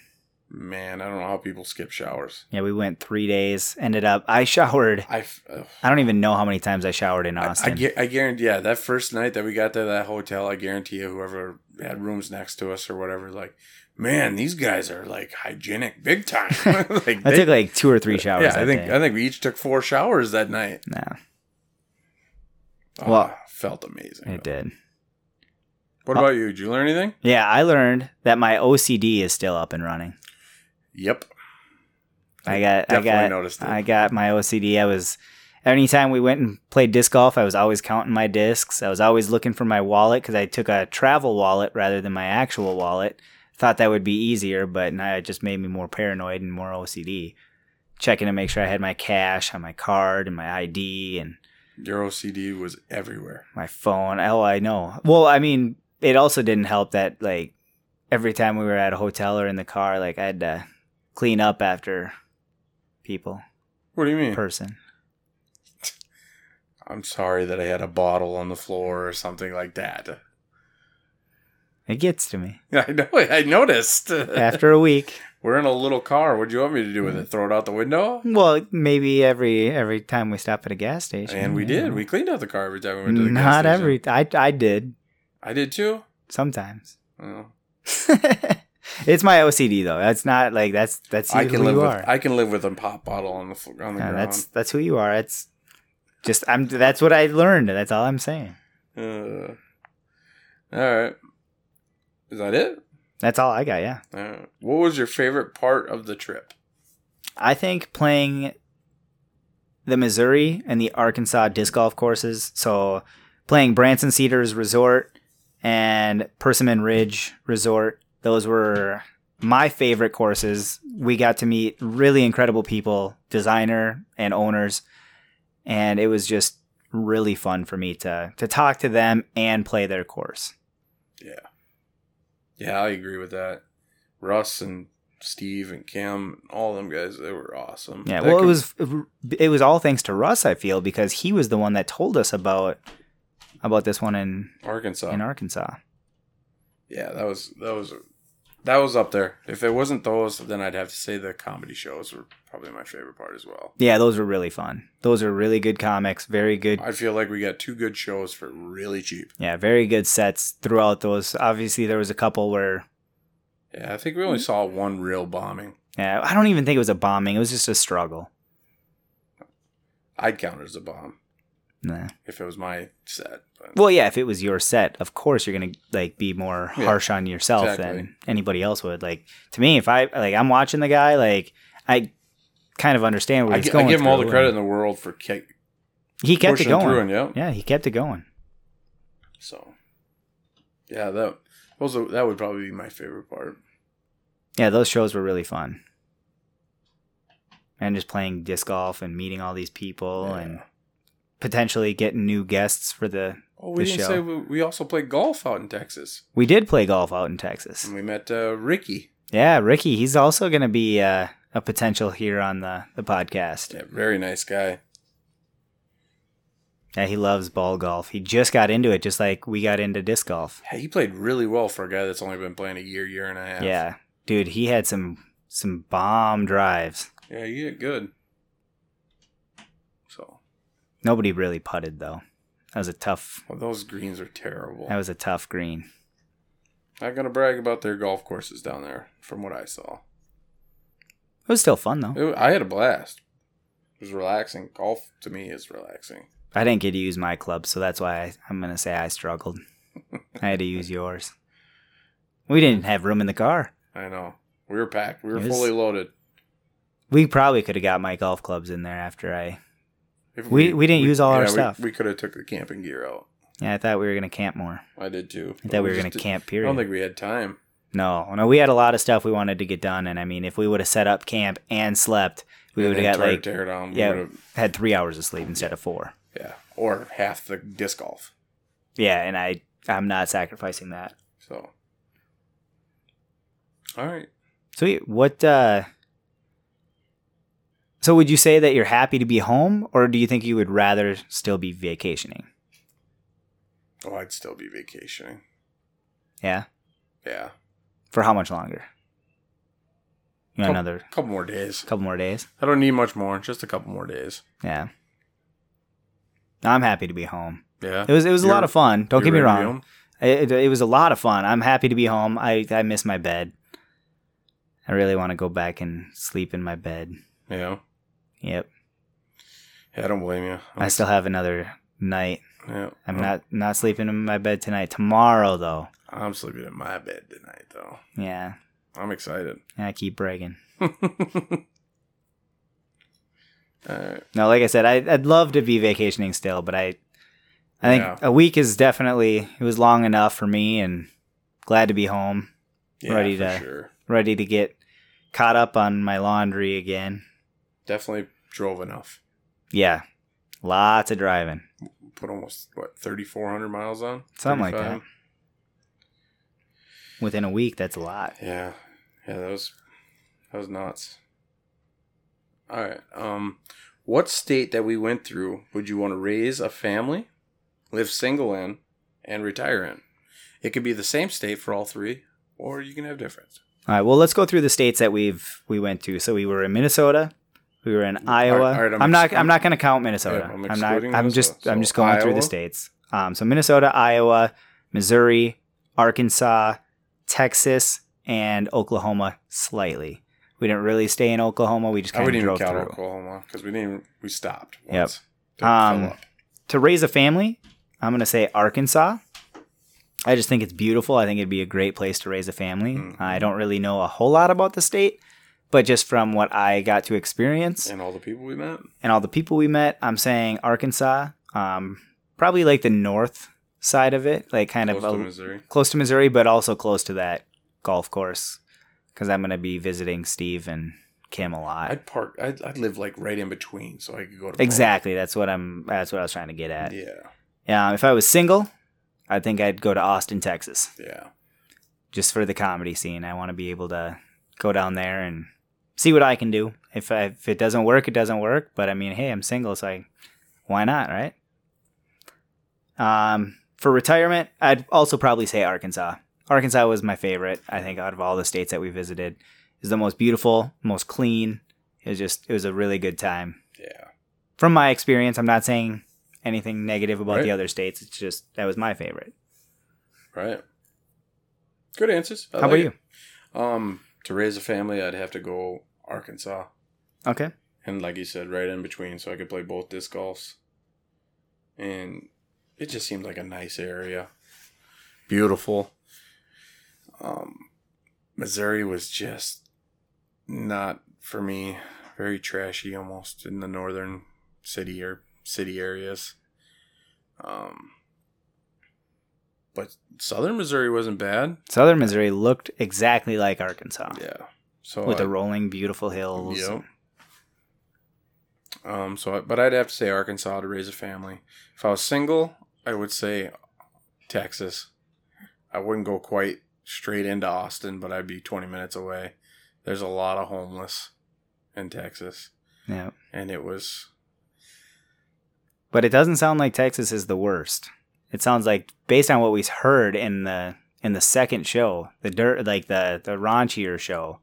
Man, I don't know how people skip showers.
Yeah, we went three days. Ended up, I showered.
I, f- uh, ugh.
I don't even know how many times I showered in
I, I,
Austin.
gu- I guarantee, yeah, that first night that we got to that hotel, I guarantee you, whoever had rooms next to us or whatever, like, man, these guys are like hygienic big time. like,
I
they-
took like two or three showers.
yeah, I
that
think
day.
I think we each took four showers that night.
no,
Oh,
Well,
felt amazing.
it did.
What about you? Did you learn anything?
Yeah, I learned that my OCD is still up and running.
Yep,
I got, I
definitely
got,
noticed it.
I got my OCD. I was anytime we went and played disc golf, I was always counting my discs. I was always looking for my wallet because I took a travel wallet rather than my actual wallet. Thought that would be easier, but now it just made me more paranoid and more OCD. Checking to make sure I had my cash on my card and my ID and
Your OCD was everywhere.
my phone. Oh, I know. Well, I mean, it also didn't help that like every time we were at a hotel or in the car, like I had to clean up after people,
What do you mean?
person.
I'm sorry that I had a bottle on the floor or something like that.
It gets to me.
I know. I noticed.
After Mm-hmm. a week,
We're in a little car. What do you want me to do with it? Throw it out the window?
well, maybe every every time we stop at a gas station.
And we
yeah.
did. We cleaned out the car every time we went to the gas
not
station.
every. I I did
I did too.
sometimes.
Well,
I It's my OCD though. That's not like that's that's
I
who
can
you
live
are.
with I can live with a pop bottle on the fl- on the
Yeah,
ground.
that's that's who you are. It's just I'm. That's what I learned. That's all I'm saying.
Uh, all right. Is that it?
That's all I got. Yeah,
All right. What was your favorite part of the trip?
I think playing the Missouri and the Arkansas disc golf courses. So playing Branson Cedars Resort and Persimmon Ridge Resort. Those were my favorite courses. We got to meet really incredible people, designer and owners, and it was just really fun for me to to talk to them and play their course.
Yeah, I agree with that. Russ and Steve and Kim, all them guys, they were awesome.
Yeah,
That
well,
com-
it was it was all thanks to Russ, I feel, because he was the one that told us about about this one in
Arkansas.
in Arkansas.
yeah, that was that was that was up there. If it wasn't those, then I'd have to say the comedy shows were probably my favorite part as well.
Yeah, those were really fun. Those are really good comics, very good,
I feel like we got two good shows for really cheap.
yeah, very good sets throughout those. Obviously, there was a couple where
Yeah, I think we only saw one real bombing.
yeah, I don't even think it was a bombing; it was just a struggle.
I'd count it as a bomb
Nah.
if it was my set. But
Well, yeah, if it was your set, of course you're gonna like be more
Yeah,
harsh on yourself
exactly.
than anybody else would. Like to me, if I like, I'm watching the guy, like I kind of understand where
I,
he's
gi- I
going.
give him all the
through,
credit in
and
the world for ki-
He kept it
pushing
going.
through and yeah.
Yeah, he kept it going.
So, yeah, that also that would probably be my favorite part.
Yeah, those shows were really fun. And just playing disc golf and meeting all these people
Yeah.
and potentially getting new guests for the.
Oh, we
The
didn't
show.
say we, we also played golf out in Texas,
We did play golf out in Texas.
and we met uh, Ricky.
Yeah, Ricky, he's also going to be uh, a potential here on the, the podcast.
Yeah, very nice guy.
Yeah, he loves ball golf. He just got into it, just like we got into disc golf.
Yeah, he played really well for a guy that's only been playing a year, year and a half.
Yeah, dude, he had some some bomb drives.
yeah, he did good. So,
Nobody really putted though. That was a tough.
well, those greens are terrible.
That was a tough green.
Not gonna brag about their golf courses down there, from what I saw.
It was still fun though.
It, I had a blast. It was relaxing. Golf to me is relaxing.
I didn't get to use my club, so that's why I, I'm gonna say I struggled. I had to use yours. We didn't have room in the car.
I know. We were packed. We were
It was-
fully loaded.
We probably could have got my golf clubs in there after I.
If
We- we didn't use all our stuff.
We, could have took the camping gear out.
Yeah, I thought we were gonna camp more.
I did too.
I
but
thought we were
just
gonna
did-
camp.
I
Period.
don't think we had time.
no, no, we had a lot of stuff we wanted to get done, and I mean, if we would have set up camp and slept, we
And
would
then
have got
tore-
like
tear down.
yeah.
Yeah,
had three hours of sleep instead of four.
yeah, or half the disc golf.
Yeah, and I I'm not sacrificing that.
So, all right.
Sweet. What uh So would you say that you're happy to be home or do you think you would rather still be vacationing?
Oh, I'd still be vacationing.
Yeah.
Yeah,
For how much longer? You want
Couple-
another
couple more days.
couple more days?
I don't need much more. Just a couple more days.
Yeah. I'm happy to be home.
Yeah.
It was it was a
Uh, You're-
lot of fun. Don't
You
get me
ready to
wrong.
go?
It, it, it was a lot of fun. I'm happy to be home. I I miss my bed. I really want to go back and sleep in my bed.
Yeah.
Yep.
Yeah, I don't blame you.
I still have another night
Yeah.
I'm
No,
not not sleeping in my bed tonight. Tomorrow though,
I'm sleeping in my bed tonight, though.
yeah,
I'm excited. Uh,
I keep bragging.
all right.
No, like I said, I, I'd love to be vacationing still, but I, I think
Yeah.
a week is definitely it was long enough for me, and glad to be home,
Yeah,
Ready
for
to-
sure.
ready to get caught up on my laundry again.
definitely drove enough.
Yeah, lots of driving,
Put almost what thirty four hundred miles on
Something like
35?
within a week. That's a lot.
Yeah, yeah, that was that was nuts. All right, um, what state that we went through would you want to raise a family, live single in, and retire in? It could be the same state for all three, or you can have different.
All right, well, let's go through the states that we've we went to. So we were in Minnesota, we were in Iowa.
all right,
I'm,
I'm
not
ex-
I'm not going to count Minnesota.
Yeah,
I'm,
I'm
not.
excluding
I'm just
Minnesota.
I'm just
So
going through the
Iowa.
states. Um, so Minnesota, Iowa, Missouri, Arkansas, Texas, and Oklahoma slightly. We didn't really stay in Oklahoma. We just
I
kind of
wouldn't even
drove
count
through.
Oklahoma because we didn't. We stopped.
Yep.
Once to
Um,
fill up.
to raise a family, I'm going to say Arkansas. I just think it's beautiful. I think it'd be a great place to raise a family.
Mhm.
I don't really know a whole lot about the state, but just from what I got to experience
and all the people we met.
and all the people we met, I'm saying Arkansas, um, probably like the north side of it, like kind
Close
of
to
a,
Missouri.
close to Missouri, but also close to that golf course because I'm going to be visiting Steve and Kim a lot.
I'd park. I'd, I'd live like right in between, so I could go to both.
exactly. That's what I'm. That's what I was trying to get at.
Yeah,
Um, if I was single, I think I'd go to Austin, Texas,
yeah.
just for the comedy scene. I want to be able to go down there and see what I can do. If I, if it doesn't work, it doesn't work. But I mean, hey, I'm single, so I, why not, right? Um, for retirement, I'd also probably say Arkansas. Arkansas was my favorite. I think out of all the states that we visited, is the most beautiful, most clean. It was just, it was a really good time
Yeah.
from my experience, I'm not saying anything negative about
Right.
the other states. It's just that was my favorite.
Right. Good answers. I
How
like
about
it. Um, to raise a family, I'd have to go Arkansas,
you? Okay.
and like you said, right in between, so I could play both disc golfs. And it just seemed like a nice area. Beautiful. Um, Missouri was just not for me. Very trashy, almost in the northern city or city areas. Um, but southern Missouri wasn't bad.
Southern Missouri looked exactly like Arkansas
Yeah. So
with
I-
the rolling, beautiful hills.
Yep. Um. So, I, but I'd have to say Arkansas to raise a family. If I was single, I would say Texas. I wouldn't go quite straight into Austin, but I'd be 20 minutes away. There's a lot of homeless in Texas,
Yeah.
and it was
But it doesn't sound like Texas is the worst. It sounds like based on what we heard in the in the second show, the dirt like the the raunchier show,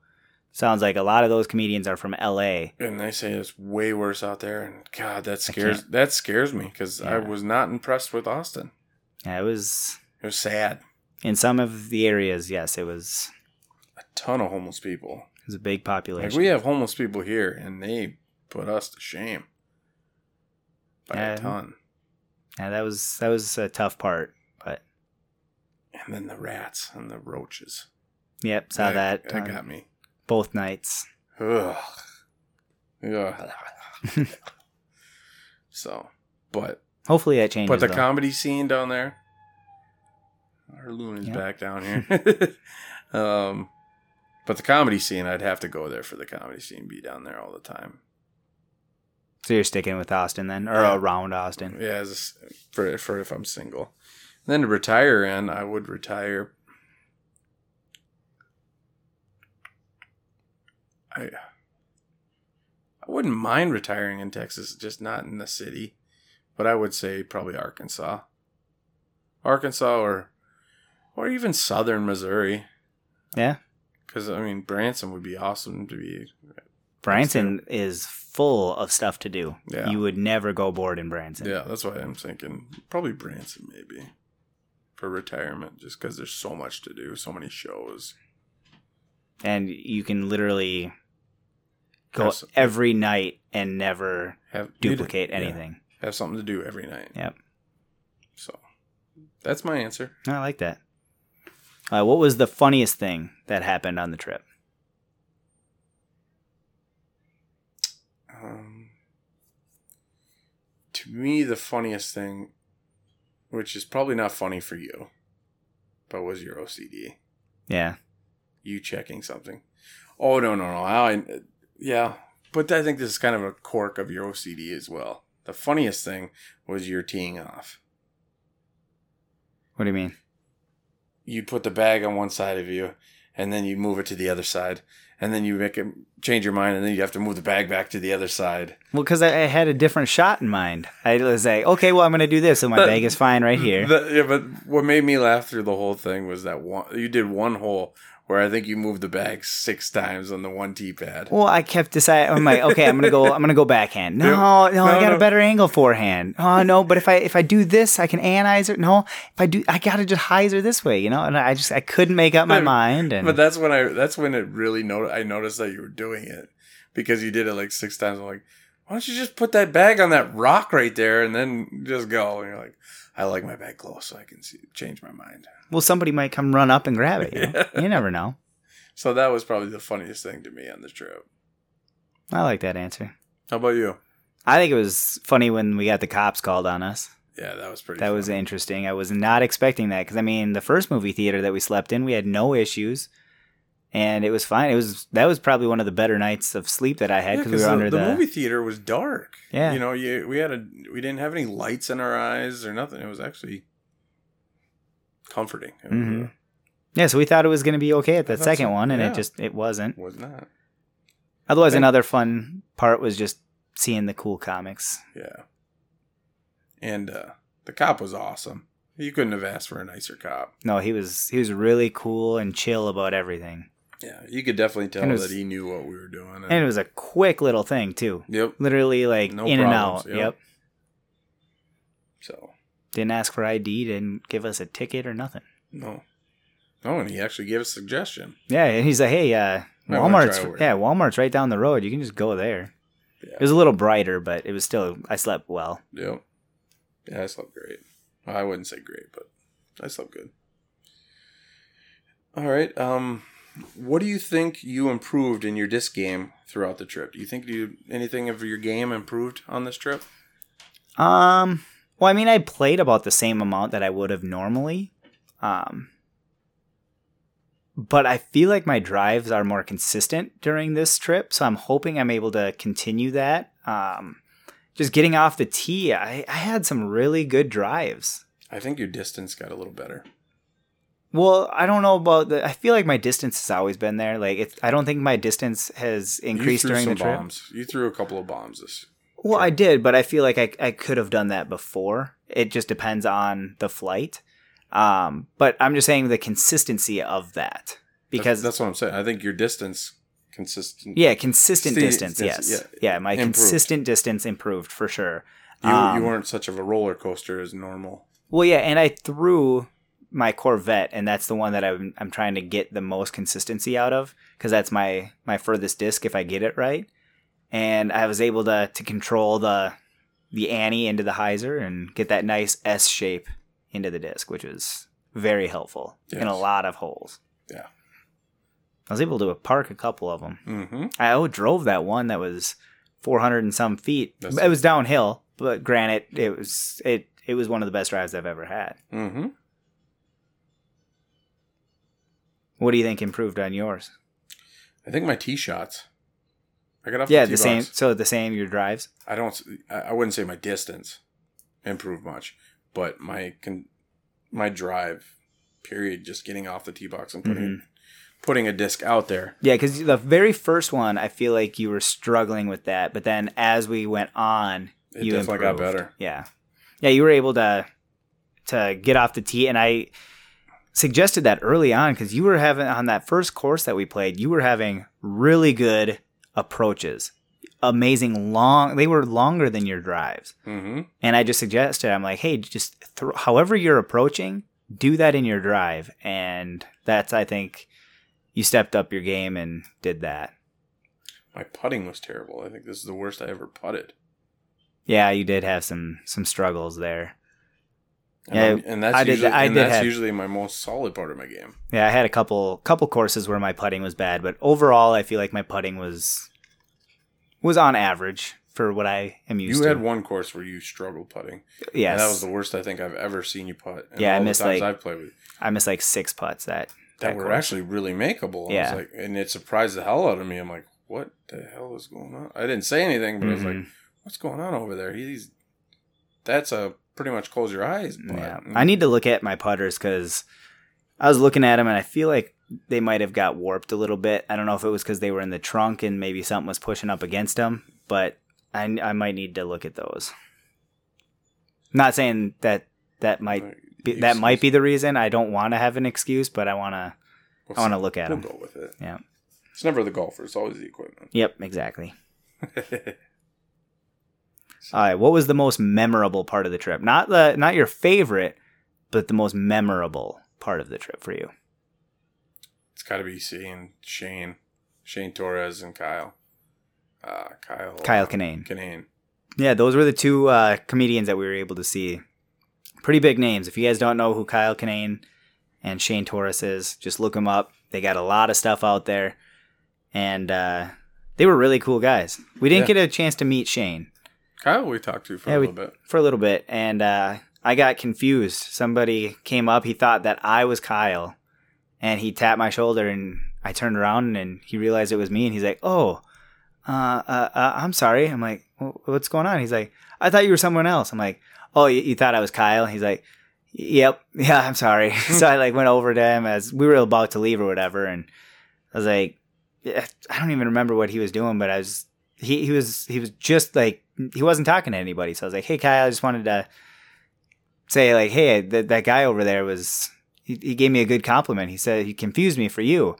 sounds like a lot of those comedians are from LA.
and they say it's way worse out there and god that
I
scares that scares me cuz I
Yeah.
was not impressed with Austin.
Yeah, it was
It was sad.
in some of the areas, yes, it was
A ton of homeless people.
it was a big
Like
population.
we have homeless people here, and they put us to shame by
Yeah.
a ton.
yeah, that was that was a tough part.
And then the rats and the roaches.
Yep, saw that,
That
on
got me.
both nights.
Ugh. Ugh. so, but
Hopefully that changes.
but the
though.
comedy scene down there. Our Luna's
Yeah.
back down here. um, but the comedy scene, I'd have to go there for the comedy scene. Be down there all the time.
so you're sticking with Austin then, or
Yeah.
around Austin.
Yeah, as a s for for if I'm single. And then to retire in, I would retire. I I wouldn't mind retiring in Texas, just not in the city. But I would say probably Arkansas. Arkansas or or even southern Missouri.
Yeah.
Cuz I mean Branson would be awesome to be
Branson is full of stuff to do.
Yeah.
You would never go bored in Branson.
Yeah, that's why I'm thinking probably Branson maybe for retirement, just because there's so much to do, so many shows.
And you can literally go
Have some-
every night and never
Have
duplicate
yeah,
anything.
have something to do every night.
Yep.
So that's my answer.
I like that. Uh, what was the funniest thing that happened on the trip?
Um, to me, the funniest thing, which is probably not funny for you, but was your OCD.
Yeah.
you checking something. Oh no no no! I yeah, but I think this is kind of a quirk of your OCD as well. The funniest thing was your teeing off.
What do you mean?
You put the bag on one side of you, and then you move it to the other side, and then you make it change your mind, and then you have to move the bag back to the other side.
Well, because I, I had a different shot in mind. I was like, okay, well, I'm going to do this, so my
The-
bag is fine right here.
The- yeah, but what made me laugh through the whole thing was that one. You did one hole where I think you moved the bag six times on the one tee pad.
Well, I kept deciding. I'm like, okay, I'm gonna go. I'm gonna go backhand. No, no, I
No,
got
no.
a better angle forehand. Oh no, but if I if I do this, I can anizer. No, if I do, I gotta just hyzer this way, you know. And I just I couldn't make up my mind. And
But that's when I that's when it really no I noticed that you were doing it because you did it like six times. I'm like, why don't you just put that bag on that rock right there and then just go? And you're like, I like my bag close so I can see, change my mind.
well, somebody might come run up and grab it. You, know? you never know.
So that was probably the funniest thing to me on the trip.
I like that answer.
How about you?
I think it was funny when we got the cops called on us.
Yeah, that was pretty.
That was
funny.
interesting. I was not expecting that because I mean, the first movie theater that we slept in, we had no issues, and it was fine. It was that was probably one of the better nights of sleep that I
Yeah,
had
'cause
because we were
the,
under
the
the,
movie theater was dark.
yeah.
You know, you, we had a we didn't have any lights in our eyes or nothing. It was actually comforting. It
Mhm. Yeah, so we thought it was going to be okay at
I
that
thought
second
so,
one, and
yeah.
it just it wasn't.
was not.
Otherwise,
Thank-
another fun part was just seeing the cool comics.
Yeah. And uh, the cop was awesome. You couldn't have asked for a nicer cop.
No, he was he was really cool and chill about everything,
Yeah, you could definitely tell
And it was-
that he knew what we were doing. and-
and it was a quick little thing too.
yep.
Literally like
No
in
problems,
and out.
yeah.
Yep.
So
Didn't ask for ID. Didn't give us a ticket or nothing.
no, no, and he actually gave a suggestion.
Yeah, and he's like, hey, uh,
Might wanna
Walmart's
try over.
yeah, Walmart's right down the road. You can just go there.
Yeah.
It was a little brighter, but it was still I slept well.
Yep. Yeah, I slept great. Well, I wouldn't say great, but I slept good. All right. Um, what do you think you improved in your disc game throughout the trip? Do you think you anything of your game improved on this trip?
Um, well, I mean, I played about the same amount that I would have normally. Um, but I feel like my drives are more consistent during this trip, so I'm hoping I'm able to continue that. Um, just getting off the tee, I, I had some really good drives.
I think your distance got a little better.
Well, I don't know about the. I feel like my distance has always been there. Like, it's, I don't think my distance has increased
you threw
during the
some
trip.
bombs. You threw a couple of bombs this.
Well, I did, but I feel like I, I could have done that before. It just depends on the flight. Um, but I'm just saying the consistency of that
that's,
because
that's what I'm saying. I think your distance consistent.
yeah, consistent
See,
distance.
it's-
Yes,
yeah,
yeah, my
improved.
consistent distance improved for sure.
you,
Um,
you weren't such of a roller coaster as normal.
Well, yeah, and I threw my Corvette, and that's the one that I'm, I'm trying to get the most consistency out of because that's my my furthest disc if I get it right. And I was able to to control the the Annie into the hyzer and get that nice S shape into the disc, which was very helpful in a
Yes.
lot of holes.
Yeah.
I was able to park a couple of them.
Mm-hmm.
I oh, drove that one that was 400 and some feet.
That's-
it was downhill, but granted, it was it it was one of the best drives I've ever had.
Mm-hmm.
What do you think improved on yours?
I think my tee shots. I got off.
yeah,
tee
the same.
box.
So the same your drives.
I don't. I I wouldn't say my distance improved much, but my con, my drive, period, just getting off the tee box and putting
Mm-hmm.
putting a disc out there.
Yeah, because the very first one, I feel like you were struggling with that, but then as we went on,
It
you
definitely
improved.
got better.
Yeah, yeah, you were able to to get off the tee, and I suggested that early on because you were having on that first course that we played, you were having really good approaches, amazing long. They were longer than your drives.
Mm-hmm.
And I just suggested, I'm like, hey, just throw, however you're approaching, do that in your drive. And that's, I think, you stepped up your game and did that.
My putting was terrible. I think this is the worst I ever putted.
Yeah, you did have some some struggles there.
And,
Yeah,
I'm- and that's
I did-
usually,
I
and
did
that's
have-
usually my most solid part of my game.
Yeah, I had a couple couple courses where my putting was bad, but overall, I feel like my putting was was on average for what I am used
You
to.
had one course where you struggled putting. Yeah,
yes,
that was the worst I think I've ever seen you putt. in
Yeah, I
all
missed,
the times
like,
I've played with
I missed like six putts that
that,
that
were
course.
actually really makeable. I was
Yeah.
like, and it surprised the hell out of me. I'm like, what the hell is going on? I didn't say anything, but I was like,
Mhm.
what's going on over there? He's that's a pretty much close your eyes. But
yeah. I need to look at my putters because I was looking at them and I feel like they might have got warped a little bit. I don't know if it was because they were in the trunk and maybe something was pushing up against them, but I, I might need to look at those. Not saying that that might be, that might be the reason. I don't want to have an excuse, but I want to I want to look at
We'll
them.
go with it.
Yeah.
It's never the golfer. It's always the equipment.
Yep, exactly. All right, what was the most memorable part of the trip? Not the not your favorite, but the most memorable part of the trip for you.
It's got to be seeing Shane, Shane Torres, and Kyle. Uh, Kyle.
Kyle
uh,
Kinane.
Kinane.
Yeah, those were the two uh, comedians that we were able to see. Pretty big names. If you guys don't know who Kyle Kinane and Shane Torres is, just look them up. They got a lot of stuff out there, and uh, they were really cool guys. We didn't
Yeah.
get a chance to meet Shane
Kyle, we talked to for
Yeah,
a
we-
little bit.
for a little bit, and uh, I got confused. Somebody came up. He thought that I was Kyle, and he tapped my shoulder, and I turned around, and he realized it was me, and he's like, "Oh." uh, uh, uh, I'm sorry. I'm like, "Wh- what's going on? He's like, I thought you were someone else. I'm like, oh, you, you thought I was Kyle? He's like, yep, yeah, I'm sorry. so I like went over to him as we were about to leave or whatever, and I was like, yeah, I don't even remember what he was doing, but I was he he was he was just like he wasn't talking to anybody. So I was like, hey, Kyle, I just wanted to say like, hey, that that guy over there was he, he gave me a good compliment. He said he confused me for you.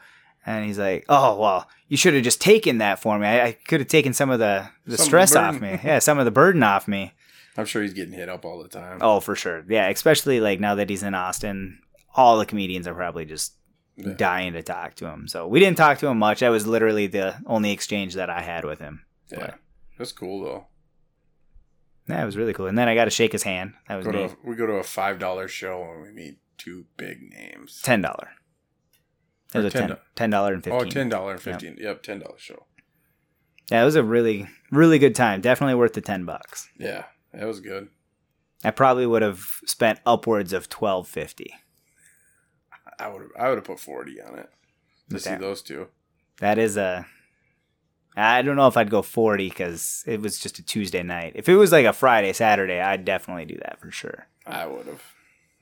And he's like, "Oh well, you should have just taken that for me. I, I could have taken some of the,
Some of
the
the
stress off
burden.
me. Yeah, some of the burden off me.
I'm sure he's getting hit up all the time.
Oh, for sure. Yeah, especially like now that he's in Austin, all the comedians are probably just
Yeah.
dying to talk to him. So we didn't talk to him much. That was literally the only exchange that I had with him.
yeah. That's cool though.
That was really cool. And then I got to shake his hand. That was
Go to
neat.
a, we go to a five dollar show and we meet two big names.
ten dollar. It
Or
was a ten
$10.
ten dollar and
Oh,
fifteen.
ten dollar and fifteen. Yep, ten dollar show.
Yeah, it was a really really good time. Definitely worth the ten bucks.
Yeah, that was good.
I probably would have spent upwards of twelve fifty.
I would I would have put forty on it to see
Okay.
those two.
That is a. I don't know if I'd go 40 because it was just a Tuesday night. If it was like a Friday, Saturday, I'd definitely do that for sure.
I would have.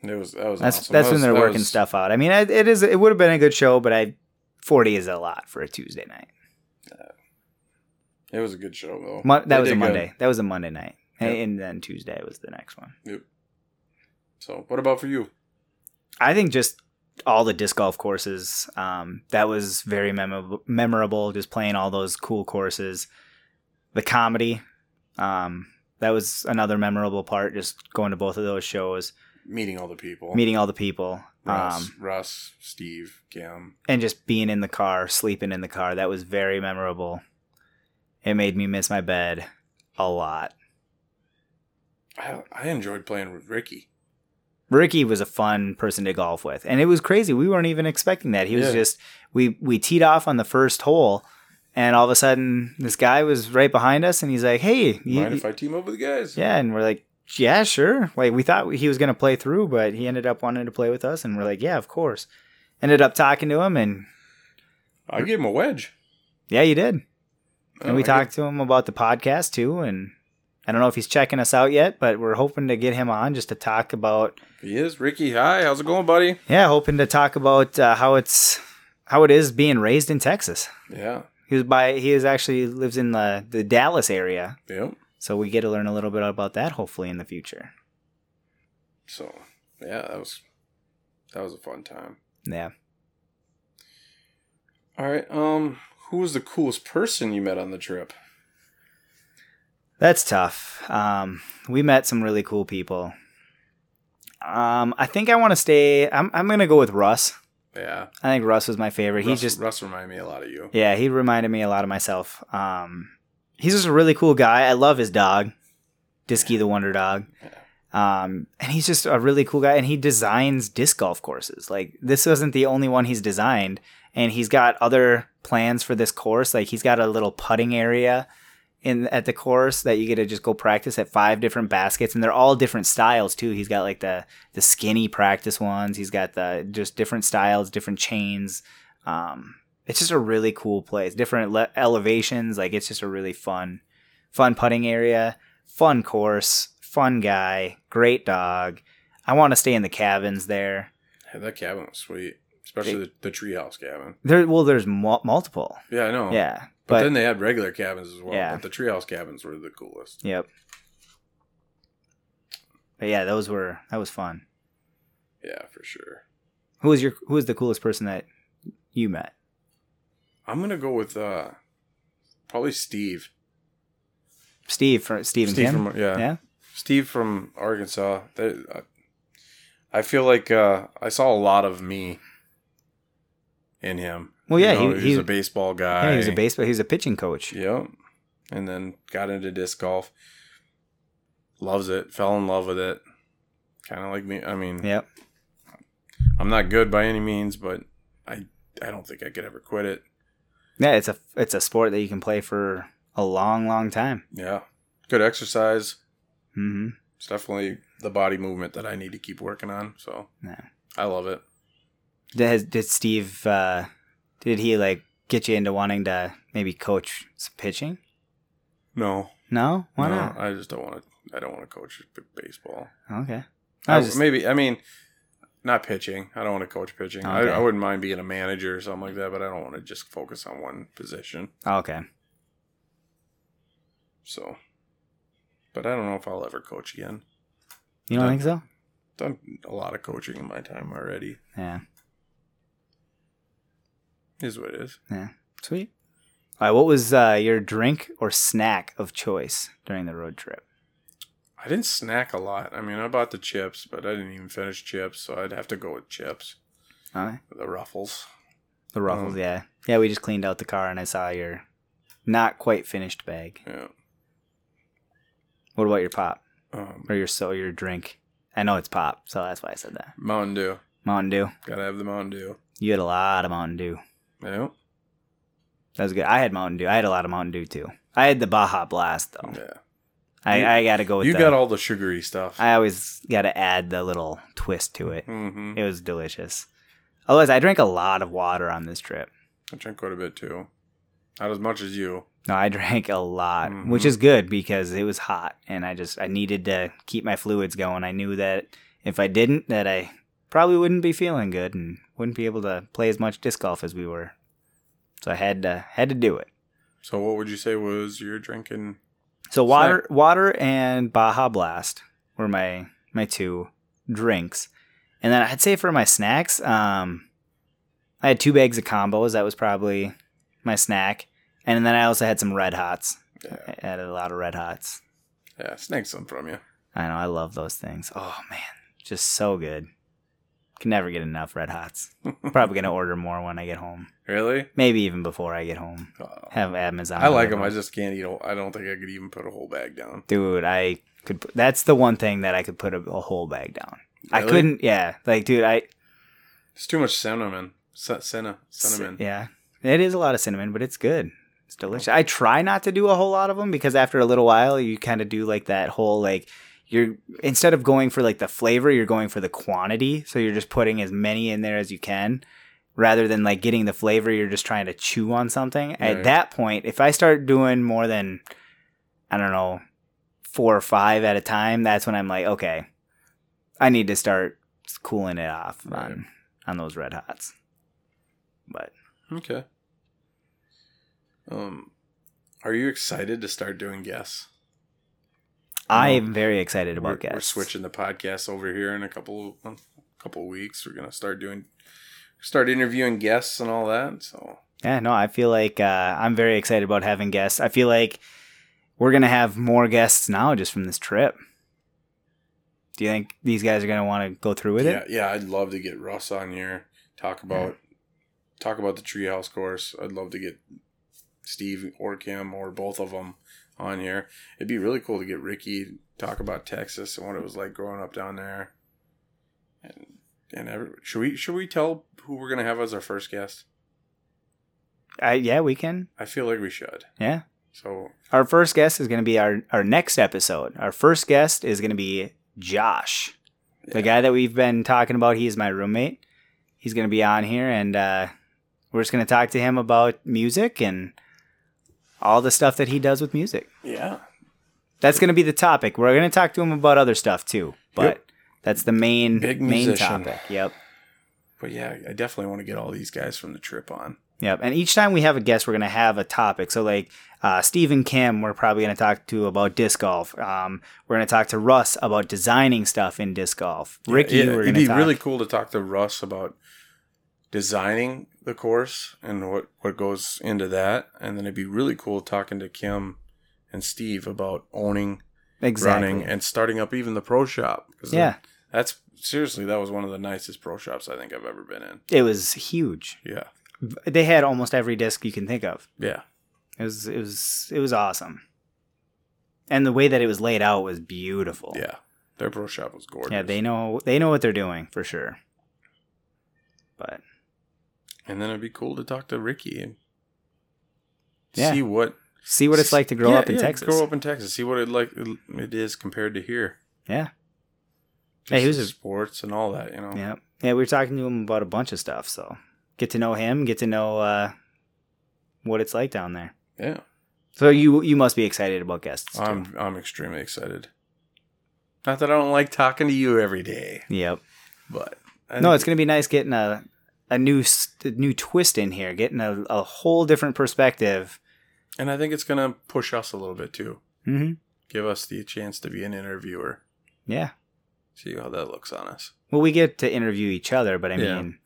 It was that was
That's
awesome.
that's
That
when
was-
they're
that
working
was-
stuff out. I mean, it, it is it would have been a good show, but I 40 is a lot for a Tuesday night.
It was a good show though.
Mo- that
They
was a
did good.
Monday. That was a Monday night, and,
Yep.
and then Tuesday was the next one.
So what about for you?
I think just all the disc golf courses. Um, that was very memorable, memorable. Just playing all those cool courses. The comedy. Um, that was another memorable part. Just going to both of those shows,
Meeting all the people.
meeting all the people,
Russ,
um,
Russ, Steve, Kim.
and just being in the car, sleeping in the car. That was very memorable. It made me miss my bed a lot.
I I enjoyed playing with Ricky.
Ricky was a fun person to golf with, and it was crazy. We weren't even expecting that. He was
Yeah.
just we we teed off on the first hole, and all of a sudden this guy was right behind us, and he's like, "Hey, you-
Mind if I team up with the guys?
yeah," and we're like, "Yeah, sure." Like we thought he was gonna play through, but he ended up wanting to play with us, and we're like, "Yeah, of course." Ended up talking to him, and
I gave him a wedge.
yeah, you did. And
Uh,
we
I
talked to him about the podcast too, and I don't know if he's checking us out yet, but we're hoping to get him on just to talk about
gave- He is Ricky. Hi, how's it going, buddy?
Yeah, hoping to talk about uh, how it's how it is being raised in Texas.
Yeah.
He was by he is actually lives in the the Dallas area,
Yep.
so we get to learn a little bit about that hopefully in the future.
So yeah, that was that was a fun time.
Yeah,
All right. Um, who was the coolest person you met on the trip?
that's tough. Um, we met some really cool people. Um, I think I want to stay. I'm I'm gonna go with Russ.
Yeah,
I think Russ was my favorite.
Russ,
He's just
Russ reminded me a lot of you.
yeah, he reminded me a lot of myself. Um, he's just a really cool guy. I love his dog, Disky the Wonder Dog. Um, and he's just a really cool guy, and he designs disc golf courses. Like this isn't the only one he's designed, and he's got other plans for this course. Like he's got a little putting area in at the course that you get to just go practice at five different baskets, and they're all different styles too. He's got like the the skinny practice ones. He's got the just different styles, different chains. Um, it's just a really cool place. Different le- elevations. Like it's just a really fun, fun putting area. Fun course. Fun guy. Great dog. I want to stay in the cabins there.
Yeah, that cabin was sweet, especially the, the treehouse cabin.
There. Well, there's mul- multiple.
Yeah, I know.
Yeah.
Oh. but, then they had regular cabins as well.
Yeah.
But the treehouse cabins were the coolest.
Yep. But yeah, those were that was fun.
Yeah, for sure.
Who was your who was the coolest person that you met?
I'm gonna go with uh, probably Steve.
Steve from Steve, and
Steve
Kim?
from yeah.
yeah.
Steve from Arkansas. They- I- I feel like uh, I saw a lot of me in him.
Well, yeah,
You
he-
he was
he-
a baseball guy.
Yeah, he was a baseball. He was a pitching coach.
Yep. And then got into disc golf. Loves it. Fell in love with it. Kind of like me. I mean,
Yep.
I'm not good by any means, but I I don't think I could ever quit it.
Yeah, it's a it's a sport that you can play for a long, long time.
Yeah. Good exercise.
hmm
It's definitely the body movement that I need to keep working on. So
Yeah.
I love it.
Did, has- did Steve? Uh, did he like get you into wanting to maybe coach some pitching?
No.
No, why
no,
not?
I just don't want to. I don't want to coach b- baseball.
okay. I
I
was just,
maybe I mean, not pitching. I don't want to coach pitching.
Okay.
I, I wouldn't mind being a manager or something like that, but I don't want to just focus on one position.
okay.
So, but I don't know if I'll ever coach again.
You don't
Uh,
think so?
Done a lot of coaching in my time already.
Yeah.
Is what it is.
Sweet. All right. What was uh, your drink or snack of choice during the road trip?
I didn't snack a lot. I mean, I bought the chips, but I didn't even finish chips, so I'd have to go with chips.
Huh?
The Ruffles.
The ruffles.
Um,
yeah. Yeah. We just cleaned out the car, and I saw your not quite finished bag.
Yeah.
What about your pop
Um,
or your so your drink? I know it's pop, so that's why I said that.
Mountain Dew.
Mountain Dew.
Gotta have the Mountain Dew.
You had a lot of Mountain Dew.
Yeah.
That was good. I had Mountain Dew. I had a lot of Mountain Dew too. I had the Baja Blast though.
Yeah.
I,
You-
I gotta go with
Oh. You
the,
got all the sugary stuff.
I always gotta add the little twist to it.
mm-hmm.
It was delicious. Otherwise, I drank a lot of water on this trip.
I drank quite a bit too. Not as much as you.
No, I drank a lot,
Mhm.
which is good because it was hot, and I just I needed to keep my fluids going. I knew that if I didn't, that I probably wouldn't be feeling good and wouldn't be able to play as much disc golf as we were. So I had to had to do it.
So what would you say was your drinking?
So water, water, and Baja Blast were my my two drinks, and then I'd say for my snacks, um, I had two bags of combos. That was probably my snack, and then I also had some Red Hots.
Yeah.
I added a lot of Red Hots.
Yeah. Snaked some from you.
I know I love those things. Oh man, just so good. Can never get enough Red Hots. Probably gonna order more when I get home.
Really?
Maybe even before I get home.
Oh.
Have Amazon.
I like
deliver
them. I just can't eat. A, I don't think I could even put a whole bag down.
dude i could put, that's the one thing that i could put a, a whole bag down i
Really?
couldn't yeah like dude i
It's too much cinnamon. C- cinna, cinnamon.
yeah it is a lot of cinnamon but it's good it's delicious i try not to do a whole lot of them because after a little while you kind of do like that whole like you're instead of going for like the flavor you're going for the quantity so you're just putting as many in there as you can rather than like getting the flavor you're just trying to chew on something
Right.
at that point if i start doing more than i don't know four or five at a time that's when i'm like okay i need to start cooling it off
Right.
on on those red hots but
Okay. Um, are you excited to start doing guests?
i am very excited about
we're,
guests
we're switching the podcast over here in a couple a couple weeks. We're gonna start doing start interviewing guests and all that. So
Yeah, no, I feel like uh, I'm very excited about having guests. I feel like we're gonna have more guests now just from this trip. Do you think these guys are gonna want to go through with
yeah,
it?
yeah, I'd love to get Russ on here. Talk about talk about the treehouse course. I'd love to get Steve or Kim or both of them on here. It'd be really cool to get Ricky talk about Texas and what it was like growing up down there. And and every, should we should we tell who we're gonna have as our first guest?
I, yeah, we can.
I feel like we should.
Yeah,
So
our first guest is gonna be our our next episode. Our first guest is gonna be Josh,
Yeah.
the guy that we've been talking about. He's my roommate. He's gonna be on here, and uh, we're just gonna talk to him about music and all the stuff that he does with music.
yeah,
That's going to be the topic. We're going to talk to him about other stuff too, but
Yep.
that's the main
Big
main
musician.
topic. Yep.
but yeah, I definitely want to get all these guys from the trip on.
Yep. And each time we have a guest, we're going to have a topic. So like uh, Steve and Kim, we're probably going to talk to about disc golf. Um, we're going to talk to Russ about designing stuff in disc golf. Ricky,
Yeah,
we're
it'd
going to
be
talk.
really cool to talk to Russ about designing the course and what, what goes into that. And then it'd be really cool talking to Kim and Steve about owning,
Exactly.
running, and starting up even the pro shop. 'Cause
yeah.
That's seriously, that was one of the nicest pro shops I think I've ever been in.
It was huge.
Yeah.
They had almost every disc you can think of.
Yeah.
It was it was it was awesome. And the way that it was laid out was beautiful.
Yeah. Their pro shop was gorgeous.
Yeah, they know they know what they're doing for sure. But
and then it'd be cool to talk to Ricky and
Yeah.
see what
see what it's like to grow
Yeah,
up in
yeah,
Texas.
Grow up in Texas. See what it like it is compared to here.
Yeah. Hey, he was
Just
a-
sports and all that, you know.
Yeah. Yeah, we were talking to him about a bunch of stuff, so get to know him, get to know uh, what it's like down there.
Yeah.
So you you must be excited about guests. too.
I'm I'm extremely excited. Not that I don't like talking to you every day,
yep.
but I
No,
think-
it's gonna be nice getting a a new s- a new twist in here, getting a, a whole different perspective.
and I think it's gonna push us a little bit too.
Mm-hmm.
Give us the chance to be an interviewer.
Yeah.
See how that looks on us.
Well, we get to interview each other, but I
Yeah.
mean,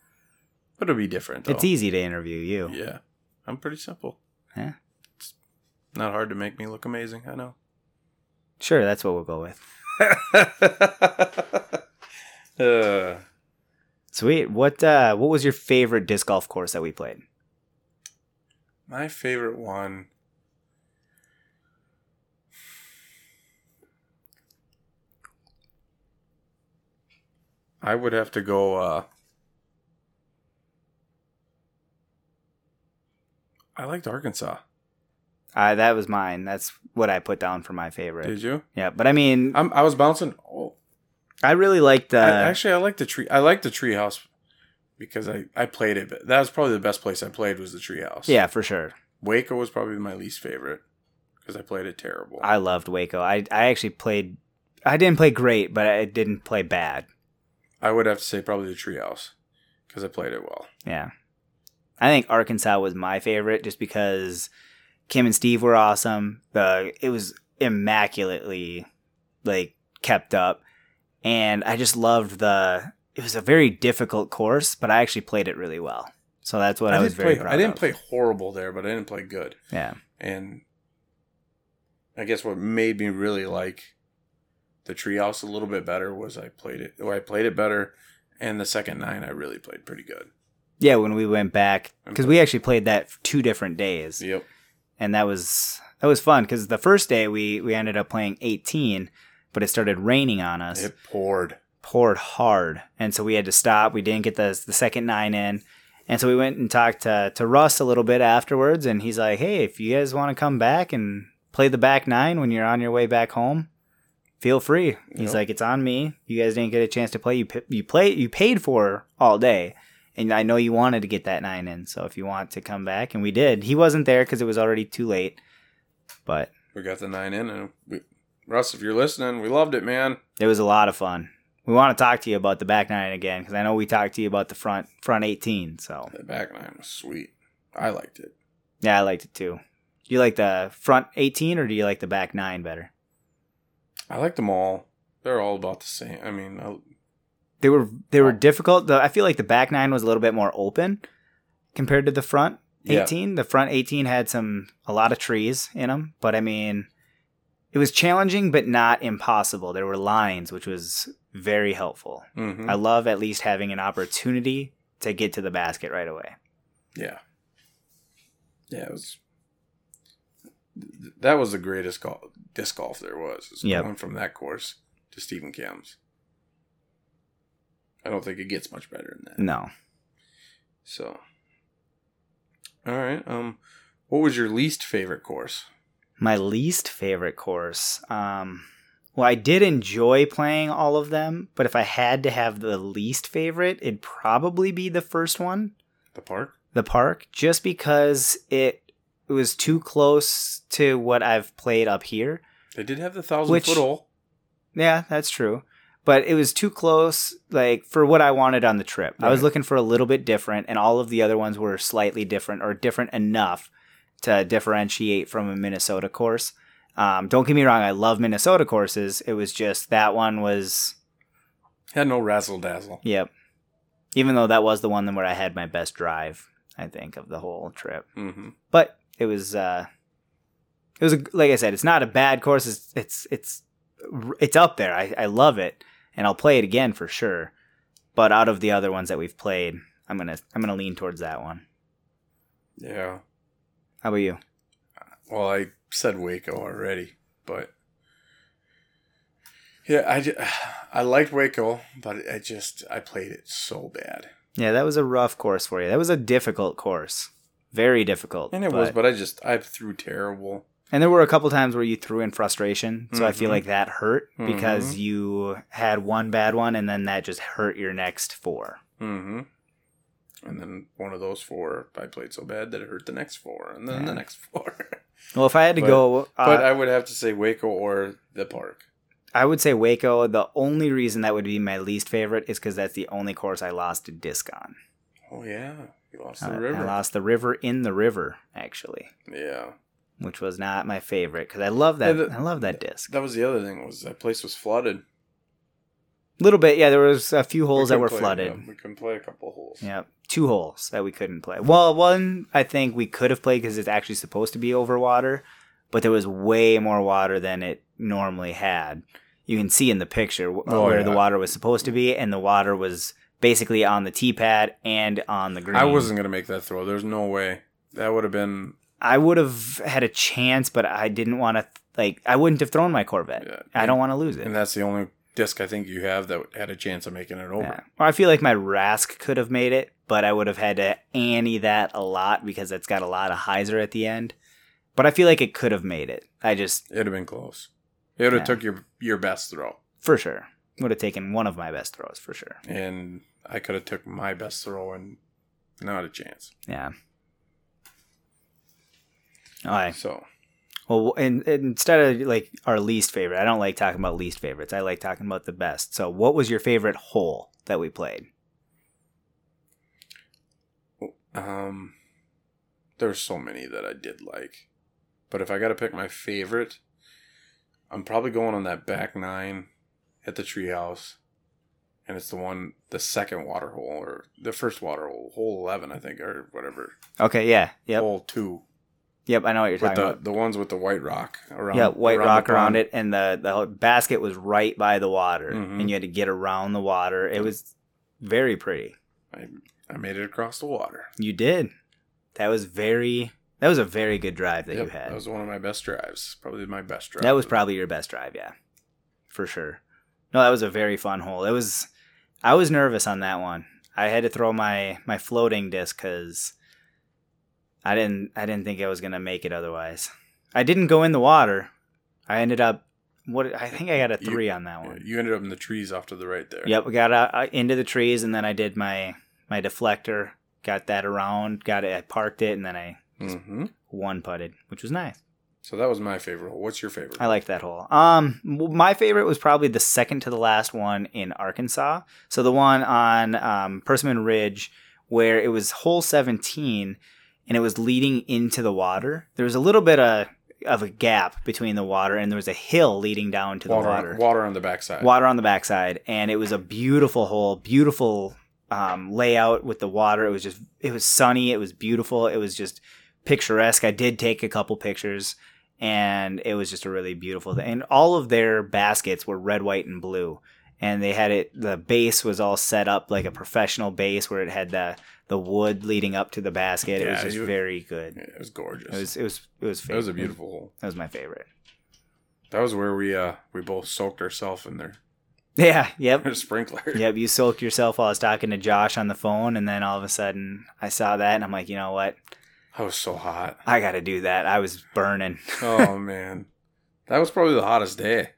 But it'll be different. Though.
it's easy to interview you.
Yeah, I'm pretty simple.
Yeah.
It's not hard to make me look amazing. I know.
Sure, that's what we'll go with.
uh,
Sweet. What uh, what was your favorite disc golf course that we played?
my favorite one. I would have to go. Uh, I liked Arkansas.
Uh, that was mine. That's what I put down for my favorite.
Did you?
Yeah, but I mean,
I'm, I was bouncing. Oh,
I really liked. Uh,
I, actually, I like the tree. I like the tree house because I I played it. But that was probably the best place I played was the tree house.
yeah, for sure.
Waco was probably my least favorite because I played it terrible.
I loved Waco. I I actually played. I didn't play great, but I didn't play bad.
I would have to say probably the tree house because I played it well.
Yeah, I think Arkansas was my favorite just because Kim and Steve were awesome. The it was immaculately like kept up, and I just loved the. It was a very difficult course, but I actually played it really well. So that's what I, was
didn't
very
play.
proud
I didn't
of.
play horrible there, but I didn't play good.
Yeah,
And I guess what made me really like the tree house a little bit better was I played it. Well, I played it better, and the second nine I really played pretty good.
yeah. When we went back,
And
because we actually played that two different days.
Yep.
and that was that was fun because the first day we we ended up playing 18 but it started raining on us
It poured.
poured hard and so we had to stop we didn't get the, the second nine in and so we went and talked to, to russ a little bit afterwards and he's like hey if you guys want to come back and play the back nine when you're on your way back home feel free he's
Yep.
like it's on me you guys didn't get a chance to play you p- you play you paid for all day and i know you wanted to get that nine in so if you want to come back and we did he wasn't there because it was already too late but
We got the nine in, and we, Russ, if you're listening, we loved it, man.
It was a lot of fun. We want to talk to you about the back nine again because I know we talked to you about the front front eighteen. So
The back nine was sweet. I liked it.
yeah, I liked it too. Do you like the front eighteen or do you like the back nine better?
I liked them all. They're all about the same. I mean, uh, I,
They were they were difficult. The, I feel like the back nine was a little bit more open compared to the front
Yeah.
eighteen. The front eighteen had some a lot of trees in them, but I mean, it was challenging but not impossible. There were lines, which was very helpful.
mhm.
I love at least having an opportunity to get to the basket right away.
Yeah. Yeah, it was. th- That was the greatest golf, disc golf there was. is
Yep.
Going from that course to Stephen Kim's. I don't think it gets much better than that.
No.
So. All right. Um, what was your least favorite course?
my least favorite course um well i did enjoy playing all of them but if i had to have the least favorite it'd probably be the first one
The park.
the park just because it, it was too close to what i've played up here
They did have the thousand
Which-
foot hole.
yeah that's true but it was too close like for what i wanted on the trip i was
Right.
looking for a little bit different and all of the other ones were slightly different or different enough to differentiate from a Minnesota course. Um, don't get me wrong, I love Minnesota courses. It was just that one was,
Had no razzle dazzle.
yep. Even though that was the one where I had my best drive, I think, of the whole trip.
Mm-hmm.
But it was, uh, it was a, like I said, it's not a bad course. It's it's it's it's up there. I, I love it, and I'll play it again for sure. But out of the other ones that we've played, I'm gonna I'm gonna lean towards that one.
Yeah.
How about you?
Well, I said Waco already, but yeah, I ju- I liked Waco, but I just I played it so bad,
Yeah, that was a rough course for you. That was a difficult course, very difficult.
and it was, but I just I threw terrible.
and there were a couple times where you threw in frustration, so I feel
Mhm.
like that hurt because
Mhm.
you had one bad one, and then that just hurt your next four.
Mm-hmm. And then one of those four I played so bad that it hurt the next four, and then
Yeah.
the next four.
Well, if I had to
But-
go, uh,
but I would have to say Waco or the park.
I would say Waco. The only reason that would be my least favorite is because that's the only course I lost a disc on. Uh,
Oh yeah, you lost
I-
the river.
I lost the river in the river actually,
yeah,
which was not my favorite because I love that.
Yeah, the-
I love that disc.
that was the other thing was that place was flooded.
A little bit, yeah. There was a few holes
We
that were
couldn't play-
flooded.
yeah, we can play a couple holes.
Yep. Two holes that we couldn't play. Well, one I think we could have played because it's actually supposed to be over water, but there was way more water than it normally had. You can see in the picture w-
Oh,
where
yeah.
the water was supposed to be, and the water was basically on the tee pad and on the green.
I wasn't gonna make that throw. There's no way. That would have been
I would have had a chance, but I didn't want to. Like, I wouldn't have thrown my Corvette.
Yeah.
I don't want to lose it.
and that's the only disc I think you have that had a chance of making it over.
Yeah. Or I feel like my Rask could have made it, but I would have had to ante that a lot because it's got a lot of hyzer at the end. But I feel like it could have made it. I just
It'd have been close. It would have
Yeah.
took your your best throw.
for sure would have taken one of my best throws for sure.
And I could have took my best throw and not a chance.
Yeah. All right.
So
Well, and, and instead of like our least favorite, I don't like talking about least favorites. I like talking about the best. So, what was your favorite hole that we played?
um there's so many that I did like. But if I gotta pick my favorite, I'm probably going on that back nine at the treehouse. And it's the one the second water hole or the first water hole, hole eleven, I think, or whatever.
Okay. Yeah. Yep.
Hole two.
Yep. I know what you're
with
talking
the
about.
the ones with the white rock around.
yeah, white
around
rock
the
around
pond.
it, and the the whole basket was right by the water,
Mhm.
and you had to get around the water. It was very pretty.
I made it across the water.
You did. That was very. That was a very good drive that
Yep,
you had.
That was one of my best drives. Probably my best drive.
That was probably your best drive, yeah, for sure. No, that was a very fun hole. It was. I was nervous on that one. I had to throw my my floating disc because I didn't I didn't think I was gonna make it. Otherwise, I didn't go in the water. I ended up what I think I got a
You-
three on that
Yeah,
one.
You ended up in the trees off to the right there.
Yep, we got out, uh, into the trees, and then I did my my deflector. Got that around. Got it. I parked it, and then I
hmm
one putted, which was nice.
So that was my favorite. hole. What's your favorite?
I liked that hole. Um, w- my favorite was probably the second to the last one in Arkansas. So the one on um, Persimmon Ridge, where it was hole seventeen, and it was leading into the water. There was a little bit of of a gap between the water, and there was a hill leading down to
water,
the
on-
water.
water on the backside.
water on the backside, and it was a beautiful hole, beautiful um, layout with the water. It was just, it was sunny, it was beautiful, it was just picturesque. I did take a couple pictures, and it was just a really beautiful thing. And all of their baskets were red, white, and blue, and they had it. The base was all set up like a professional base where it had the the wood leading up to the basket. it was
Yeah,
just
you-
very good.
Yeah, it was gorgeous.
It was, it was, it was.
that was a
fav-
beautiful hole.
That was my favorite.
That was where we uh we both soaked ourselves in their,
Yeah. Yep.
their sprinkler.
Yep, you soaked yourself while I was talking to Josh on the phone, and then all of a sudden I saw that, and I'm like, you know what?
I was so hot.
I got to do that. I was burning.
Oh man, that was probably the hottest day.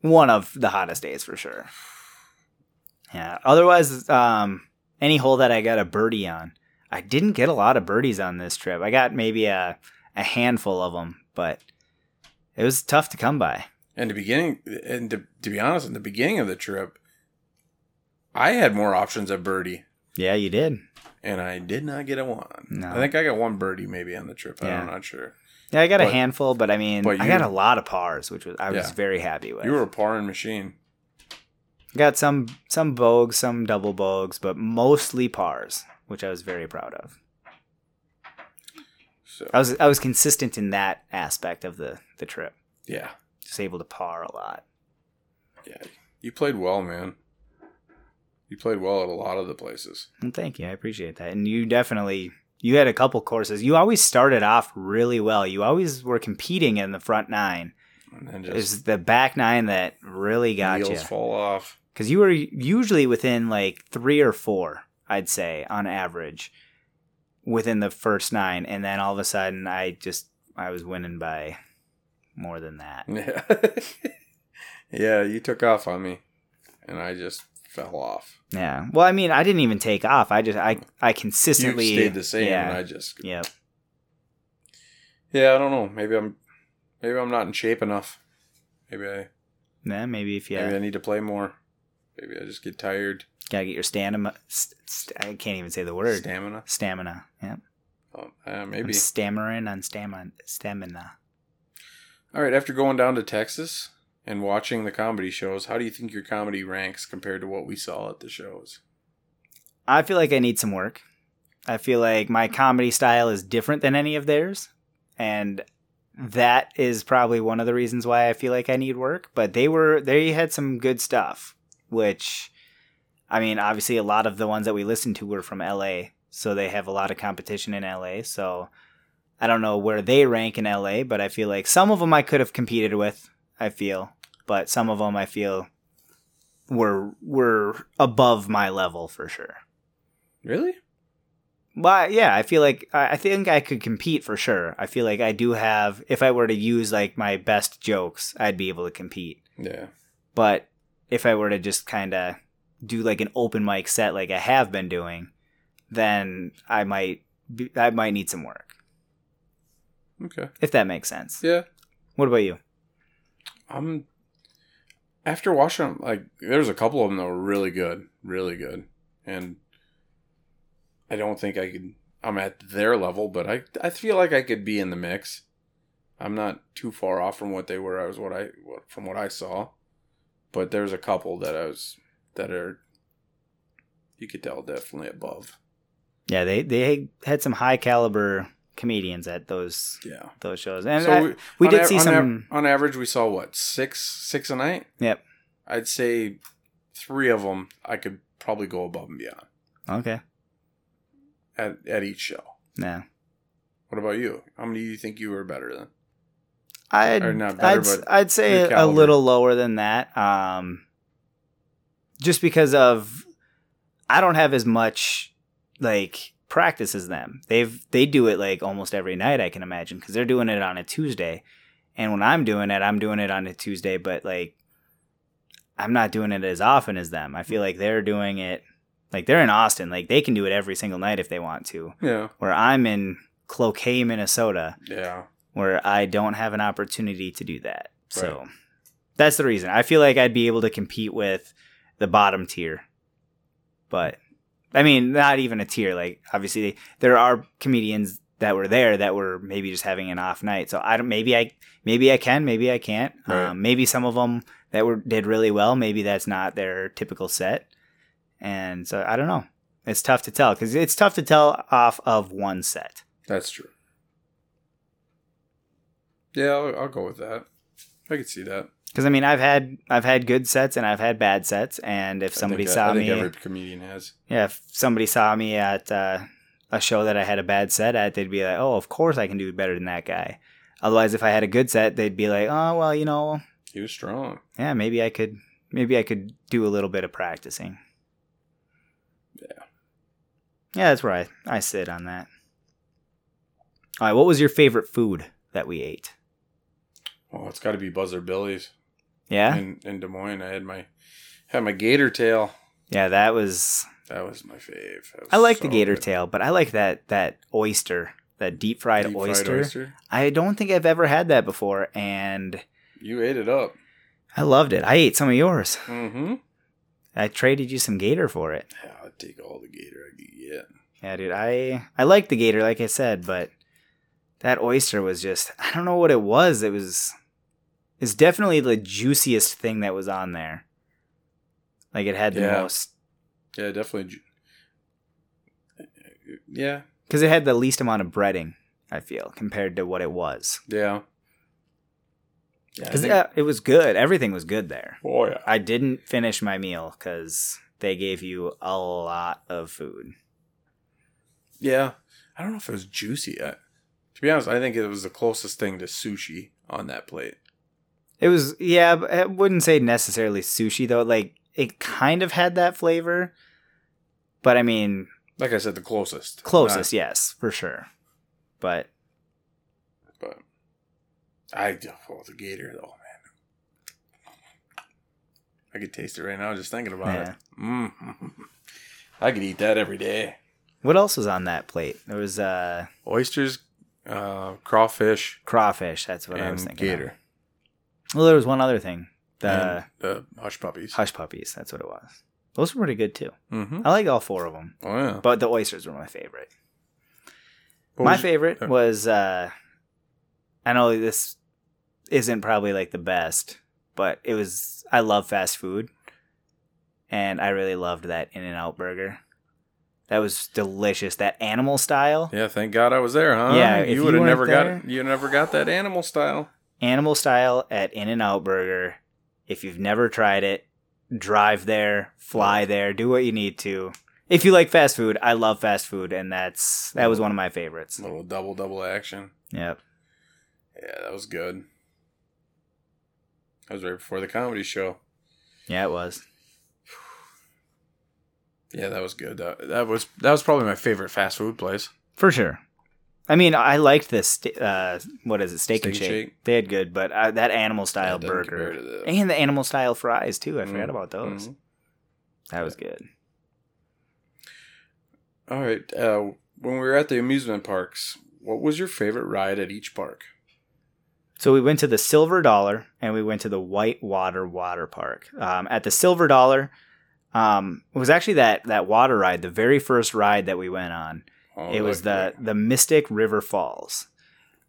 One of the hottest days for sure. Yeah. Otherwise, um, any hole that I got a birdie on, I didn't get a lot of birdies on this trip. I got maybe a a handful of them, but it was tough to come by.
And the beginning, and to, to be honest, in the beginning of the trip, I had more options at birdie,
Yeah, you did.
and I did not get a one.
No.
I think I got one birdie maybe on the trip.
Yeah.
I'm not sure.
Yeah, I got a
But-
handful, but I mean,
but
I
you-
got a lot of pars, which was I was
Yeah.
very happy with.
You were a parring machine.
Got some some bogues, some double bogues, but mostly pars, which I was very proud of.
So
I was I was consistent in that aspect of the the trip.
yeah,
Just able to par a lot.
yeah, you played well, man. You played well at a lot of the places.
Well, thank you. I appreciate that. And you definitely you had a couple courses. You always started off really well. You always were competing in the front nine.
And then
It
just
was the back nine that really got
wheels
you.
fall off.
because you were usually within like three or four, I'd say, on average, within the first nine, and then all of a sudden, I just I was winning by more than that.
Yeah, yeah, you took off on me, and I just fell off.
Yeah. Well, I mean, I didn't even take off. I just I I consistently
you stayed the same,
Yeah.
and I just
yep.
yeah, I don't know. Maybe I'm maybe I'm not in shape enough. Maybe I
Yeah. Maybe if you
maybe I need to play more. Maybe I just get tired.
gotta get your stamina. St- st- I can't even say the word.
Stamina.
stamina. Yeah.
Oh, uh,
I'm
maybe.
stammering on stamina. Stamina.
All right. After going down to Texas and watching the comedy shows, how do you think your comedy ranks compared to what we saw at the shows?
I feel like I need some work. I feel like my comedy style is different than any of theirs. And that is probably one of the reasons why I feel like I need work. But they were, they had some good stuff, which, I mean, obviously a lot of the ones that we listened to were from LA. So they have a lot of competition in LA. So I don't know where they rank in LA, but I feel like some of them I could have competed with, I feel. But some of them I feel were were above my level for sure.
Really?
Well, yeah, I feel like I I think I could compete for sure. I feel like I do have. If I were to use like my best jokes, I'd be able to compete.
Yeah.
But if I were to just kind of do like an open mic set, like I have been doing, then I might be, I might need some work.
Okay.
If that makes sense.
Yeah.
What about you?
I'm. After watching them, like there's a couple of them that were really good, really good, and I don't think I could. I'm at their level, but I I feel like I could be in the mix. I'm not too far off from what they were. I was what I what, from what I saw, but there's a couple that I was that are. You could tell definitely above.
Yeah, they they had some high caliber comedians at those
Yeah.
those shows, and
So
I-
we-
we,
On
did
a-
see
on a-
some.
on average, we saw what six six a night.
Yep.
I'd say three of them I could probably go above and beyond
okay.
at, at each show.
No.
What about you? How many do you think you were better than?
I'd,
Or not
I'd,
better,
s-
but
I'd say
your
a
caliber.
little lower than that. Um, just because of I don't have as much like practice as them. They've they do it like almost every night. I can imagine because they're doing it on a Tuesday, and when I'm doing it, I'm doing it on a Tuesday. But like, I'm not doing it as often as them. I feel like they're doing it like they're in Austin. Like they can do it every single night if they want to.
Yeah.
Where I'm in Cloquet, Minnesota
Yeah.
where I don't have an opportunity to do that. So that's the reason. I feel like I'd be able to compete with the bottom tier. But I mean, not even a tier. Like obviously there are comedians that were there that were maybe just having an off night. So I don't maybe I maybe I can, maybe I can't.
Right.
Um, maybe some of them that were did really well, maybe that's not their typical set. And so I don't know. It's tough to tell cuz it's tough to tell off of one set.
That's true. Yeah, I'll, I'll go with that. I could see that.
Because I mean, I've had I've had good sets and I've had bad sets, and if somebody
I think, uh,
saw
I think
me,
every comedian has.
yeah, if somebody saw me at uh, a show that I had a bad set at, they'd be like, "Oh, of course I can do better than that guy." Otherwise, if I had a good set, they'd be like, "Oh, well, you know,
He was strong.
yeah, maybe I could, maybe I could do a little bit of practicing."
Yeah.
yeah, that's where I I sit on that. All right, what was your favorite food that we ate?
Oh, it's got to be Buzzer Billy's
Yeah,
in, in Des Moines. I had my had my gator tail.
yeah, that was
That was my fave. That was
I like
so
the gator
good.
tail, but I like that that oyster, that deep fried,
Deep fried
oyster. I don't think I've ever had that before, and
You ate it up.
I loved it. I ate some of yours.
Mm-hmm.
I traded you some gator for it.
Yeah, I'd take all the gator I could get.
Yeah, dude. I I like the gator, like I said, but that oyster was just I don't know what it was. It was it's definitely the juiciest thing that was on there. Like it had the
Yeah.
most
Yeah, definitely. ju- Yeah,
because it had the least amount of breading. I feel compared to what it was
yeah. Yeah, I
because
think-
it was good. Everything was good there.
oh yeah.
I didn't finish my meal because they gave you a lot of food.
Yeah, I don't know if it was juicy. I, to be honest, I think it was the closest thing to sushi on that plate.
It was yeah, but I wouldn't say necessarily sushi though. Like it kind of had that flavor, but I mean
Like I said, the closest.
closest, yes, for sure. But
Not- I oh, the gator though, man. I could taste it right now just thinking about
Yeah.
it. Mm. I could eat that every day.
what else was on that plate? There was uh
Oysters, uh, crawfish,
crawfish. That's what I was
and
thinking. of.
gator.
Well, there was one other thing. The
and the hush puppies.
hush puppies. That's what it was. Those were pretty good too.
Mm-hmm.
I like all four of them,
Oh yeah.
but the oysters were my favorite.
What
my
was-
favorite
uh,
was uh I know this isn't probably like the best, but it was I love fast food. And I really loved that In and Out burger. That was delicious. That animal style.
Yeah, thank God I was there, huh?
Yeah, if
you
you
would have
weren't
never
there-
got you never got that animal style.
Animal style at In and Out Burger. If you've never tried it, drive there, fly there, do what you need to. If you like fast food, I love fast food, and that's that
Mm-hmm.
was one of my favorites.
Little double double action.
Yep.
Yeah, that was good. That was right before the comedy show.
Yeah, it was.
Yeah, that was good. That, that was that was probably my favorite fast food place.
For sure. I mean, I liked this. st- Uh, what is it? Steak, and
Steak
shake.
and
They had good, but uh, that animal
Yeah,
style
it doesn't compare
burger
to the-
and the animal style fries too. I forgot about those.
Mhm.
That was good.
All right. Uh, when we were at the amusement parks, what was your favorite ride at each park?
So we went to the Silver Dollar and we went to the Whitewater Water Park. Um, at the Silver Dollar, um, it was actually that that water ride, the very first ride that we went on.
Oh,
it was the
like-
the Mystic River Falls.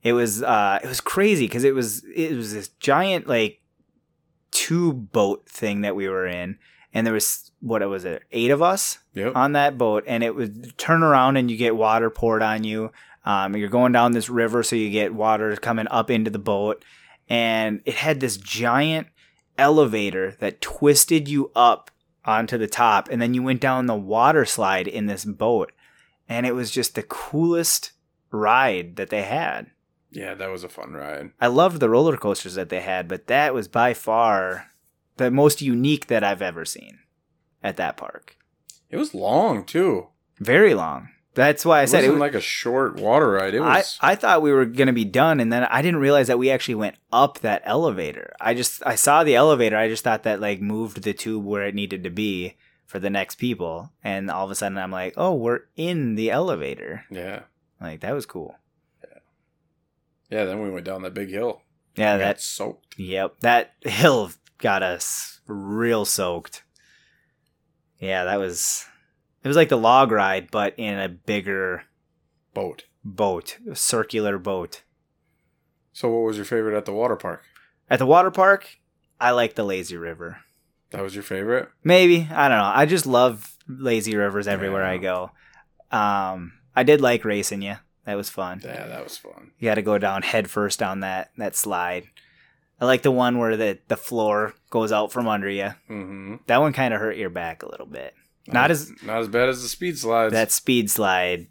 It was uh it was crazy because it was it was this giant like tube boat thing that we were in, and there was what was it eight of us
Yep.
on that boat, and it would turn around and you get water poured on you. Um, you're going down this river, so you get water coming up into the boat, and it had this giant elevator that twisted you up onto the top, and then you went down the water slide in this boat, and it was just the coolest ride that they had.
yeah, that was a fun ride.
I loved the roller coasters that they had, but that was by far the most unique that I've ever seen at that park.
It was long too.
Very long. That's why I
It
said it
wasn't
was
like a short water ride. It was.
I, I thought we were gonna be done, and then I didn't realize that we actually went up that elevator. I just I saw the elevator. I just thought that like moved the tube where it needed to be for the next people, and all of a sudden I'm like, oh, we're in the elevator.
yeah.
Like that was cool.
Yeah. Then we went down that big hill.
Yeah,
We got
that's
soaked.
yep. That hill got us real soaked. Yeah, that was it was like the log ride, but in a bigger
boat.
boat, a circular boat.
So, what was your favorite at the water park?
At the water park, I like the lazy river.
That was your favorite.
Maybe I don't know. I just love lazy rivers everywhere I
Yeah.
go. Um, I did like racing you. That was fun.
Yeah, that was fun.
You got to go down head first down that that slide. I like the one where the the floor goes out from under you.
Mm-hmm.
That one kind of hurt your back a little bit. Not as
not as bad as the speed slides.
that speed slide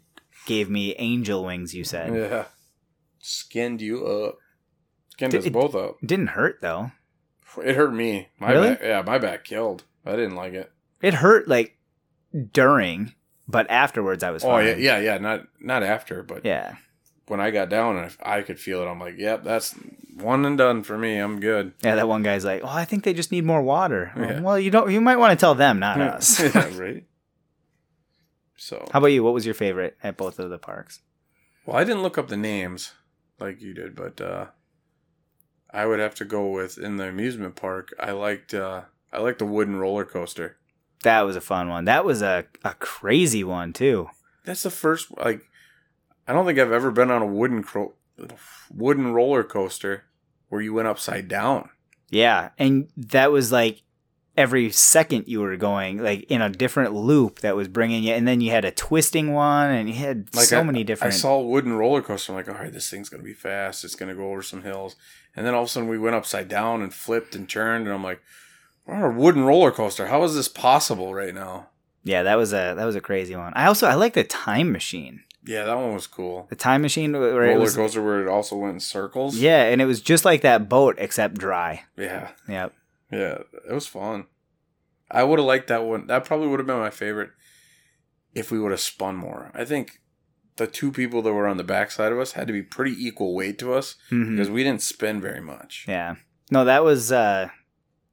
gave me angel wings. You said
yeah. Skinned you up. Skinned
Did
us
it-
both up.
didn't hurt though.
It hurt me. My
Really?
back, yeah, my back killed. I didn't like it.
It hurt like during, but afterwards I was.
Oh
fine.
yeah, yeah, yeah. Not not after, but
yeah.
when I got down and if I could feel it, I'm like, yep, that's one and done for me. I'm good.
Yeah, that one guy's like, "Oh, I think they just need more water." Well,
Yeah.
Well, you don't. You might want to tell them, not us. How
Mm. Yeah, right. So
about you? What was your favorite at both of the parks?
Well, I didn't look up the names like you did, but uh, I would have to go with in the amusement park. I liked uh, I liked the wooden roller coaster.
That was a fun one. That was a, a crazy one too.
That's the first like I don't think I've ever been on a wooden cro- wooden roller coaster where you went upside down.
Yeah, and that was like every second you were going like in a different loop that was bringing you, and then you had a twisting one, and you had
Like
so
I-
many
I
different.
saw a wooden roller coaster. I'm like, all right, this thing's gonna be fast. It's gonna go over some hills. And then all of a sudden, we went upside down and flipped and turned. And I'm like, we're on a wooden roller coaster. How is this possible right now?
yeah, that was a that was a crazy one. I also I like the time machine.
Yeah, that one was cool.
The time machine where it
roller
was
coaster where it also went in circles.
yeah, and it was just like that boat except dry.
yeah,
Yep.
yeah. It was fun. I would have liked that one. That probably would have been my favorite if we would have spun more. I think the two people that were on the backside of us had to be pretty equal weight to us
Mhm.
because we didn't spin very much.
Yeah. No, that was uh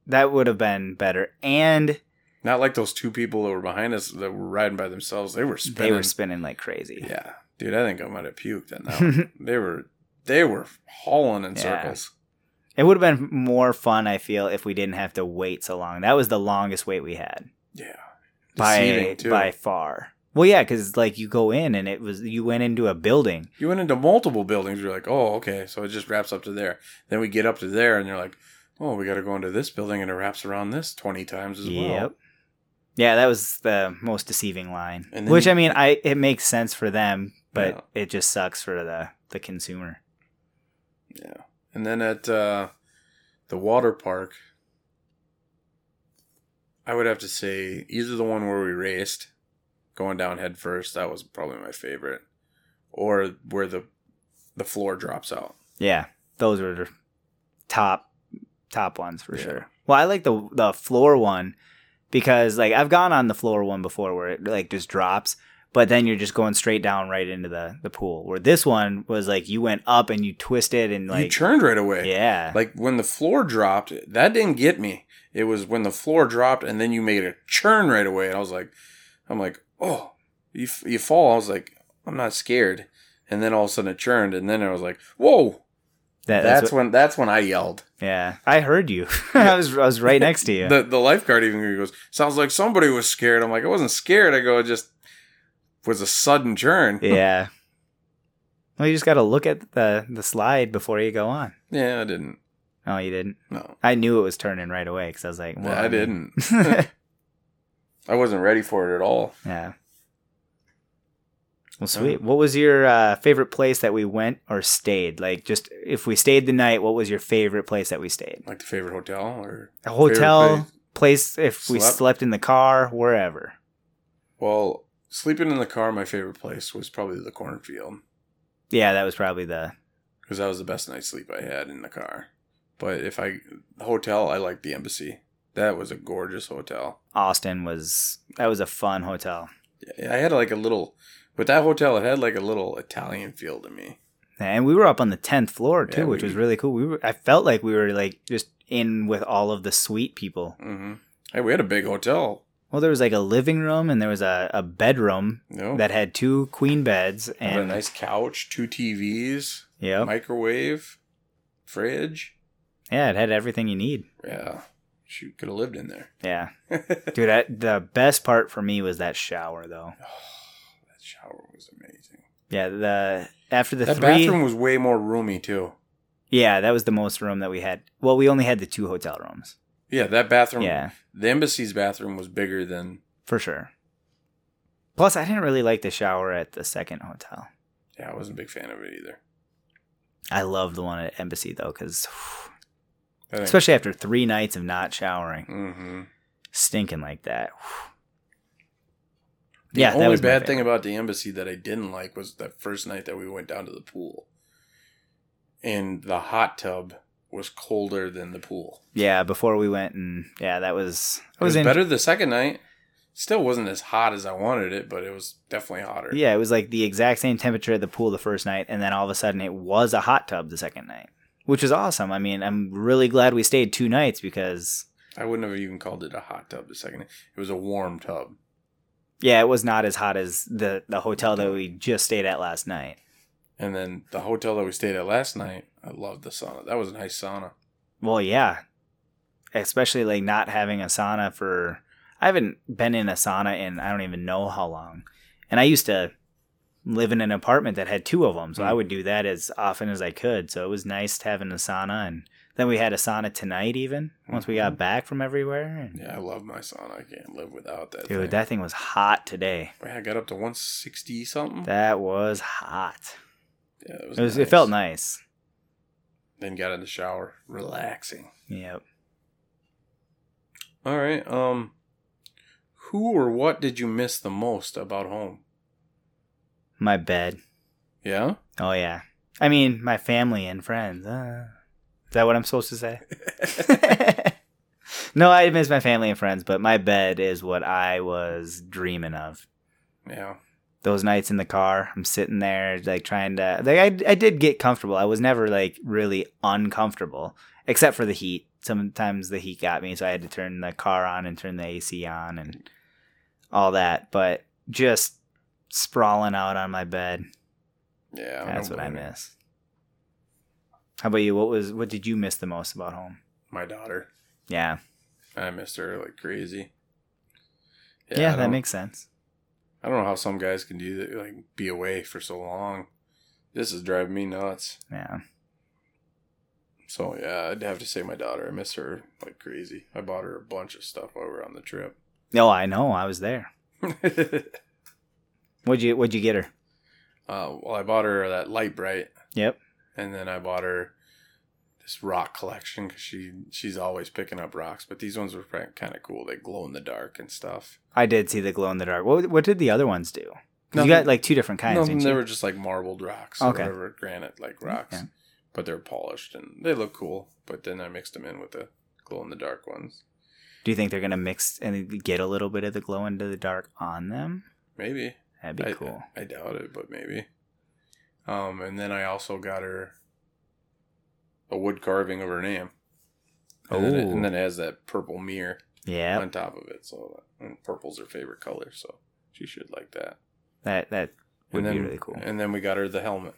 that would have been better. And
Not like those two people that were behind us that were riding by themselves. They were spinning.
they were spinning like crazy.
yeah, dude, I think I might have puked on that. one. they were they were hauling in
Yeah.
circles.
It would have been more fun, I feel, if we didn't have to wait so long. That was the longest wait we had
Yeah,
by
Deceiving, too.
by far. Well, yeah, because like you go in and it was you went into a building.
You went into multiple buildings. You're like, oh, okay, so it just wraps up to there. Then we get up to there, and you're like, oh, we got to go into this building, and it wraps around this twenty times as well.
Yeah, that was the most deceiving line.
And then
Which
you-
I mean, I it makes sense for them,
Yeah.
but it just sucks for the the consumer.
And then at uh, the water park, I would have to say either the one where we raced, going down head first, that was probably my favorite, or where the the floor drops out.
Yeah, those were top top ones for
Yeah.
sure. Well, I like the the floor one because like I've gone on the floor one before where it like just drops, but then you're just going straight down right into the the pool. Where this one was like you went up and you twisted and
you
like
churned right away.
yeah,
Like when the floor dropped, that didn't get me. It was when the floor dropped and then you made a churn right away. And I was like, I'm like, oh, you, f- you fall. I was like, I'm not scared. And then all of a sudden it churned. And then I was like, whoa.
that,
that's
that's what,
when that's when I yelled.
yeah. I heard you. I was I was right next to you.
The the lifeguard even goes, sounds like somebody was scared. I'm like, I wasn't scared. I go, it just was a sudden churn.
yeah. Well, you just got to look at the the slide before you go on.
Yeah, I didn't.
No, you didn't.
No,
I knew it was turning right away because I was like, well,
I
mean-
didn't. I wasn't ready for it at all.
Yeah. Well, sweet. What was your uh, favorite place that we went or stayed? Like, just if we stayed the night, what was your favorite place that we stayed?
Like the favorite hotel or
A hotel
place.
place. if we
Slept.
slept in the car, wherever.
well, sleeping in the car. My favorite place was probably the cornfield
Yeah, that was probably the.
because that was the best night's sleep I had in the car. But if I the hotel, I liked the embassy. That was a gorgeous hotel.
Austin was. That was a fun hotel.
Yeah, I had like a little with that hotel. It had like a little Italian feel to me.
And we were up on the 10th floor, too,
Yeah,
which
we-
was really cool. We were, I felt like we were, like, just in with all of the suite people.
Mm-hmm. Hey, we had a big hotel.
Well, there was, like, a living room and there was a, a bedroom
No,
that had two queen beds
had
and.
a Oh. nice couch, two TVs,
Yep.
microwave, fridge.
Yeah, it had everything you need.
Yeah, shoot, could have lived in there. Oh,
Yeah, dude, I, the best part for me was that shower, though.
that shower was amazing.
Yeah, the after the
that
three,
bathroom was way more roomy too.
yeah, that was the most room that we had. Well, we only had the two hotel rooms.
Yeah, that bathroom.
Yeah,
the embassy's bathroom was bigger than.
for sure. Plus, I didn't really like the shower at the second hotel.
Yeah, I wasn't a big fan of it either.
I love the one at Embassy though, because
I think-
especially after three nights of not showering,
Mhm.
stinking like that. whew.
The
Yeah, that
only
was my
bad thing
favorite.
about the embassy that I didn't like was that first night that we went down to the pool, and the hot tub was colder than the pool.
Yeah, before we went and yeah, that was
It was
in-
better the second night. Still wasn't as hot as I wanted it, but it was definitely hotter.
Yeah, it was like the exact same temperature at the pool the first night, and then all of a sudden it was a hot tub the second night, which is awesome. I mean, I'm really glad we stayed two nights because,
I wouldn't have even called it a hot tub the second night. It was a warm tub.
yeah, it was not as hot as the, the hotel that we just stayed at last night.
And then the hotel that we stayed at last night, I loved the sauna. That was a nice sauna.
Well, yeah, especially like not having a sauna for, I haven't been in a sauna in I don't even know how long. And I used to live in an apartment that had two of them, so I
Mm.
would do that as often as I could. So it was nice having a sauna and Then we had a sauna tonight, even once we got back from everywhere. And-
Yeah, I love my sauna. I can't live without that.
Dude,
thing.
that thing was hot today.
Man, I got up to 160 something.
That was hot.
yeah,
It, was, it felt nice.
Then got in the shower, relaxing.
Yep.
All right. Um, who or what did you miss the most about home?
My bed.
Yeah.
Oh, yeah. I mean, my family and friends. Uh, is that what I'm supposed to say? no, I miss my family and friends, but my bed is what I was dreaming of.
Yeah.
those nights in the car i'm sitting there like trying to like I, I did get comfortable i was never like really uncomfortable except for the heat sometimes the heat got me so i had to turn the car on and turn the ac on and all that but just sprawling out on my bed
Yeah. don't
that's what i
blame you.
miss how about you what was what did you miss the most about home
My daughter.
yeah
I missed her like crazy.
yeah,
I
that
don't-
makes sense
I don't know how some guys can do that, like be away for so long. This is driving me nuts.
yeah
So yeah, I'd have to say my daughter. I miss her like crazy. I bought her a bunch of stuff while we were on the trip.
no Oh, i know i was there
uh,
what'd you what'd you get her
well, I bought her that light bright,
yep
and then I bought her this rock collection because she she's always picking up rocks. But these ones were kind of cool. They glow in the dark and stuff.
I did see the glow in the dark. What what did the other ones do? 'Cause
Nothing.
you got like two different kinds.
no,
didn't
they
you?
were just like marbled rocks or
Okay.
whatever, granite like rocks.
Yeah.
But they're polished and they look cool. But then I mixed them in with the glow in the dark ones.
Do you think they're gonna mix and get a little bit of the glow into the dark on them?
Maybe.
That'd be
I,
cool.
I doubt it, but maybe. Um, and then I also got her a wood carving of her name. And then, it,
Ooh.
and then it has that purple mirror
Yeah,
on top of it. So and purple's her favorite color, so she should like that.
that that would
And then,
be really cool.
And then we got her the helmet.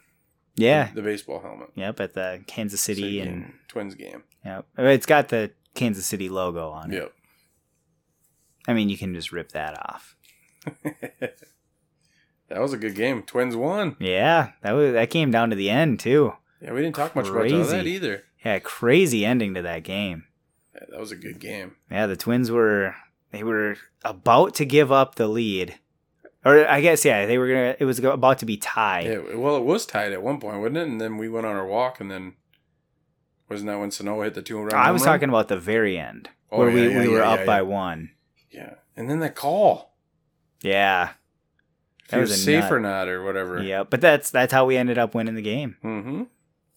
Yeah,
The, the baseball helmet.
yep. At the Kansas City,
City
and
game, Twins game.
yep, it's got the Kansas City logo on it.
Yep.
I mean, you can just rip that off.
That was a good game. Twins won.
Yeah, that was that came down to the end too.
Yeah, we didn't talk much about that
Crazy.
either.
Yeah, crazy ending to that game.
Yeah, that was a good game.
Yeah, the twins were they were about to give up the lead. Or I guess yeah, they were gonna it was about to be tied.
Yeah, well, it was tied at one point, wasn't it? And then we went on our walk, and then wasn't that when Sanoa hit the two run?
I was talking about the very end
Oh,
where
yeah,
we,
yeah,
we
yeah,
were
yeah,
up
yeah.
by one.
Yeah, and then that call.
Yeah.
If
That
he
was
was,
a
safe
nut.
or not, or whatever.
Yeah, but that's that's how we ended up winning the game.
Mm-hmm.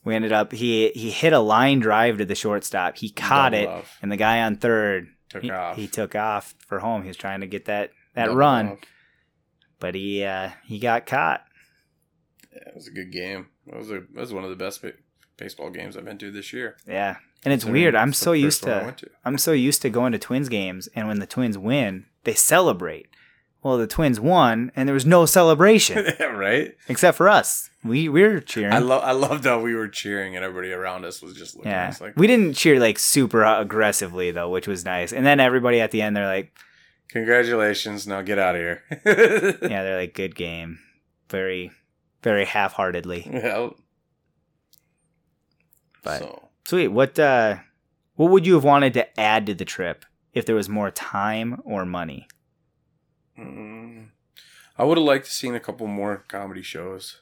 We ended up he he hit a line drive to the shortstop. He caught it and the guy on third
Took
he,
off.
he took off for home. He was trying to get that that
Double
run,
off.
but he uh he got caught.
Yeah, it was a good game. That was a that was one of the best ba- baseball games I've been to this year.
Yeah. And it's
Considering
weird. I'm
it's the
so
first
used
one I
to
went to.
I'm so used to going to Twins games, and when the Twins win, they celebrate. Well, the Twins won, and there was no celebration
Yeah, right.
except for us. We we were cheering.
I love I loved how we were cheering, and everybody around us was just looking at
yeah,
us like,
we didn't cheer like super aggressively though, which was nice. And then everybody at the end, they're like,
"Congratulations! Now get out of here."
yeah, they're like, good game, very, very half-heartedly.
Well,
But-
so.
Sweet. What uh, what would you have wanted to add to the trip if there was more time or money?
Mm. I would have liked to seen a couple more comedy shows,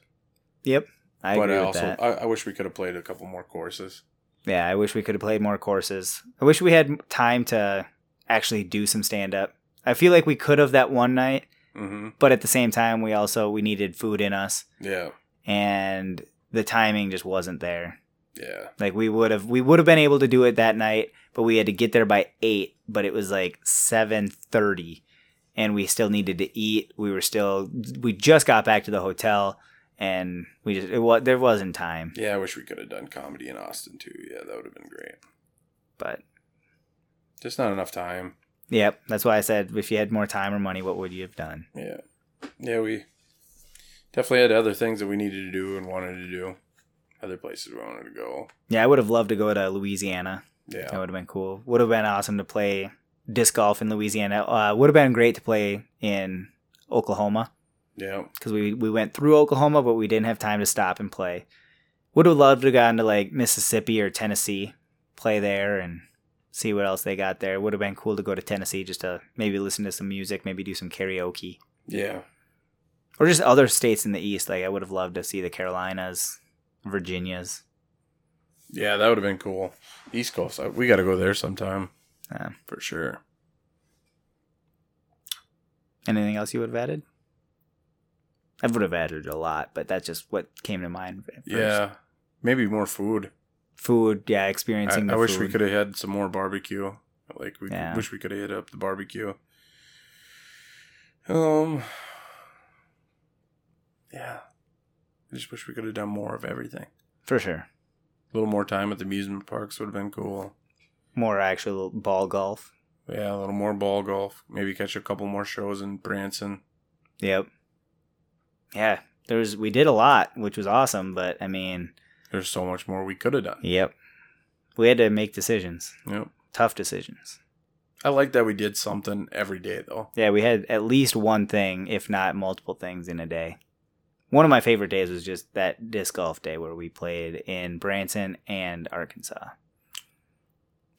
Yep, I
but
agree
I
with
also
that.
I, I wish we could have played a couple more courses.
Yeah, I wish we could have played more courses. I wish we had time to actually do some stand up. I feel like we could have that one night,
hmm
but at the same time we also we needed food in us
Yeah,
and the timing just wasn't there.
yeah,
Like we would have we would have been able to do it that night, but we had to get there by 8, but it was like 7:30 and we still needed to eat. We were still we just got back to the hotel and we just it was there wasn't time,
yeah. I wish we could have done comedy in Austin too. Yeah, that would have been great.
but
Just not enough time.
Yep, that's why I said if you had more time or money, what would you have done?
Yeah, yeah. We definitely had other things that we needed to do and wanted to do. Other places we wanted to go.
Yeah, I would have loved to go to Louisiana. That
Yeah,
would have been cool. Would have been awesome to play disc golf in Louisiana. Uh, would have been great to play in Oklahoma
yeah.
because we, we went through Oklahoma, but we didn't have time to stop and play. Would have loved to have gone to like Mississippi or Tennessee, play there and see what else they got there. It would have been cool to go to Tennessee just to maybe listen to some music, maybe do some karaoke.
Yeah.
Or just other states in the East. Like I would have loved to see the Carolinas, Virginias.
Yeah, that would have been cool. East Coast, uh, we got to go there sometime.
Yeah.
For sure.
Anything else you would have added? I would have added a lot, but that's just what came to mind. at first.
Yeah. Maybe more food.
Food, yeah,
I,
experiencing the
I wish we
food.
could have had some more barbecue. Like we
Yeah.
wish we could have hit up the barbecue. Um. Yeah. I just wish we could have done more of everything.
For sure.
A little more time at the amusement parks would have been cool.
More actual ball golf.
Yeah, a little more ball golf. Maybe catch a couple more shows in Branson.
Yep. Yeah. There was we did a lot, which was awesome, but I mean,
There's so much more we could have done.
yep. We had to make decisions.
Yep.
Tough decisions.
I like that we did something every day though.
Yeah, we had at least one thing, if not multiple things, in a day. One of my favorite days was just that disc golf day where we played in Branson and Arkansas.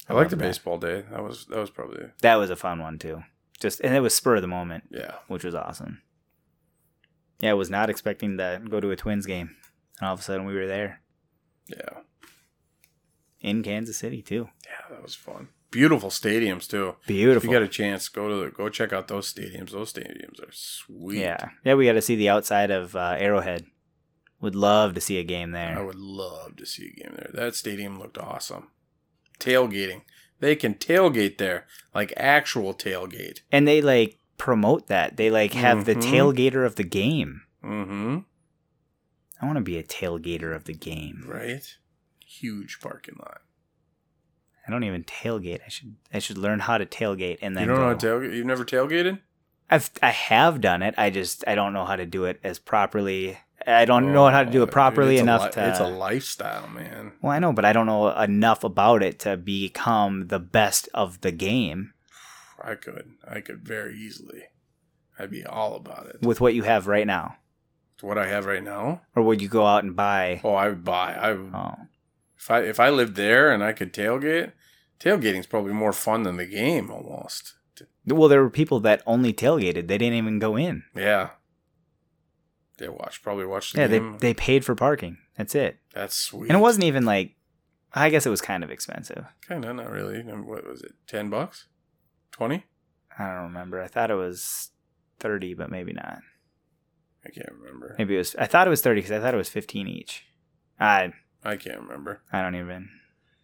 I like
Love
the
that.
baseball day. That was that was probably
That was a fun one too. Just and it was spur of the moment,
yeah.
which was awesome. Yeah, I was not expecting to go to a Twins game, and all of a sudden we were there
Yeah.
in Kansas City too.
Yeah, that was fun. Beautiful stadiums too. If
Beautiful.
you got a chance, go to the, go check out those stadiums. Those stadiums are sweet.
yeah, yeah, we got to see the outside of uh, Arrowhead. Would love to see a game there.
I would love to see a game there. That stadium looked awesome. Tailgating. They can tailgate there. Like actual tailgate.
and they like promote that. They like have the
Mhm.
tailgater of the game.
Mm-hmm.
I want to be a tailgater of the game.
Right? Huge parking lot.
I don't even tailgate. I should I should learn how to tailgate and then
you don't know how
go.
to tailgate you've never tailgated?
I've I have done it. I just I don't know how to do it as properly. I don't know how to do
Oh,
it
dude,
properly
it's a
enough
li-
to.
it's a lifestyle, man.
well, I know, but I don't know enough about it to become the best of the game
I could. I could very easily. I'd be all about it.
with what you have right now,
It's what I have right now.
or would you go out and buy?
Oh, I would buy. I would,
Oh,
if I if I lived there and I could tailgate, tailgating's probably more fun than the game almost.
well, there were people that only tailgated. They didn't even go in.
Yeah. They watch probably watch the
Yeah, they
game.
they paid for parking. That's it.
That's sweet.
And it wasn't e even like, I guess it was kind of expensive.
kind of not really. I mean, What was it? Ten bucks? Twenty?
I don't remember. I thought it was 30, but maybe not.
I can't remember.
Maybe it was, I thought it was 30 because I thought it was 15 each. I,
I can't remember.
I don't even,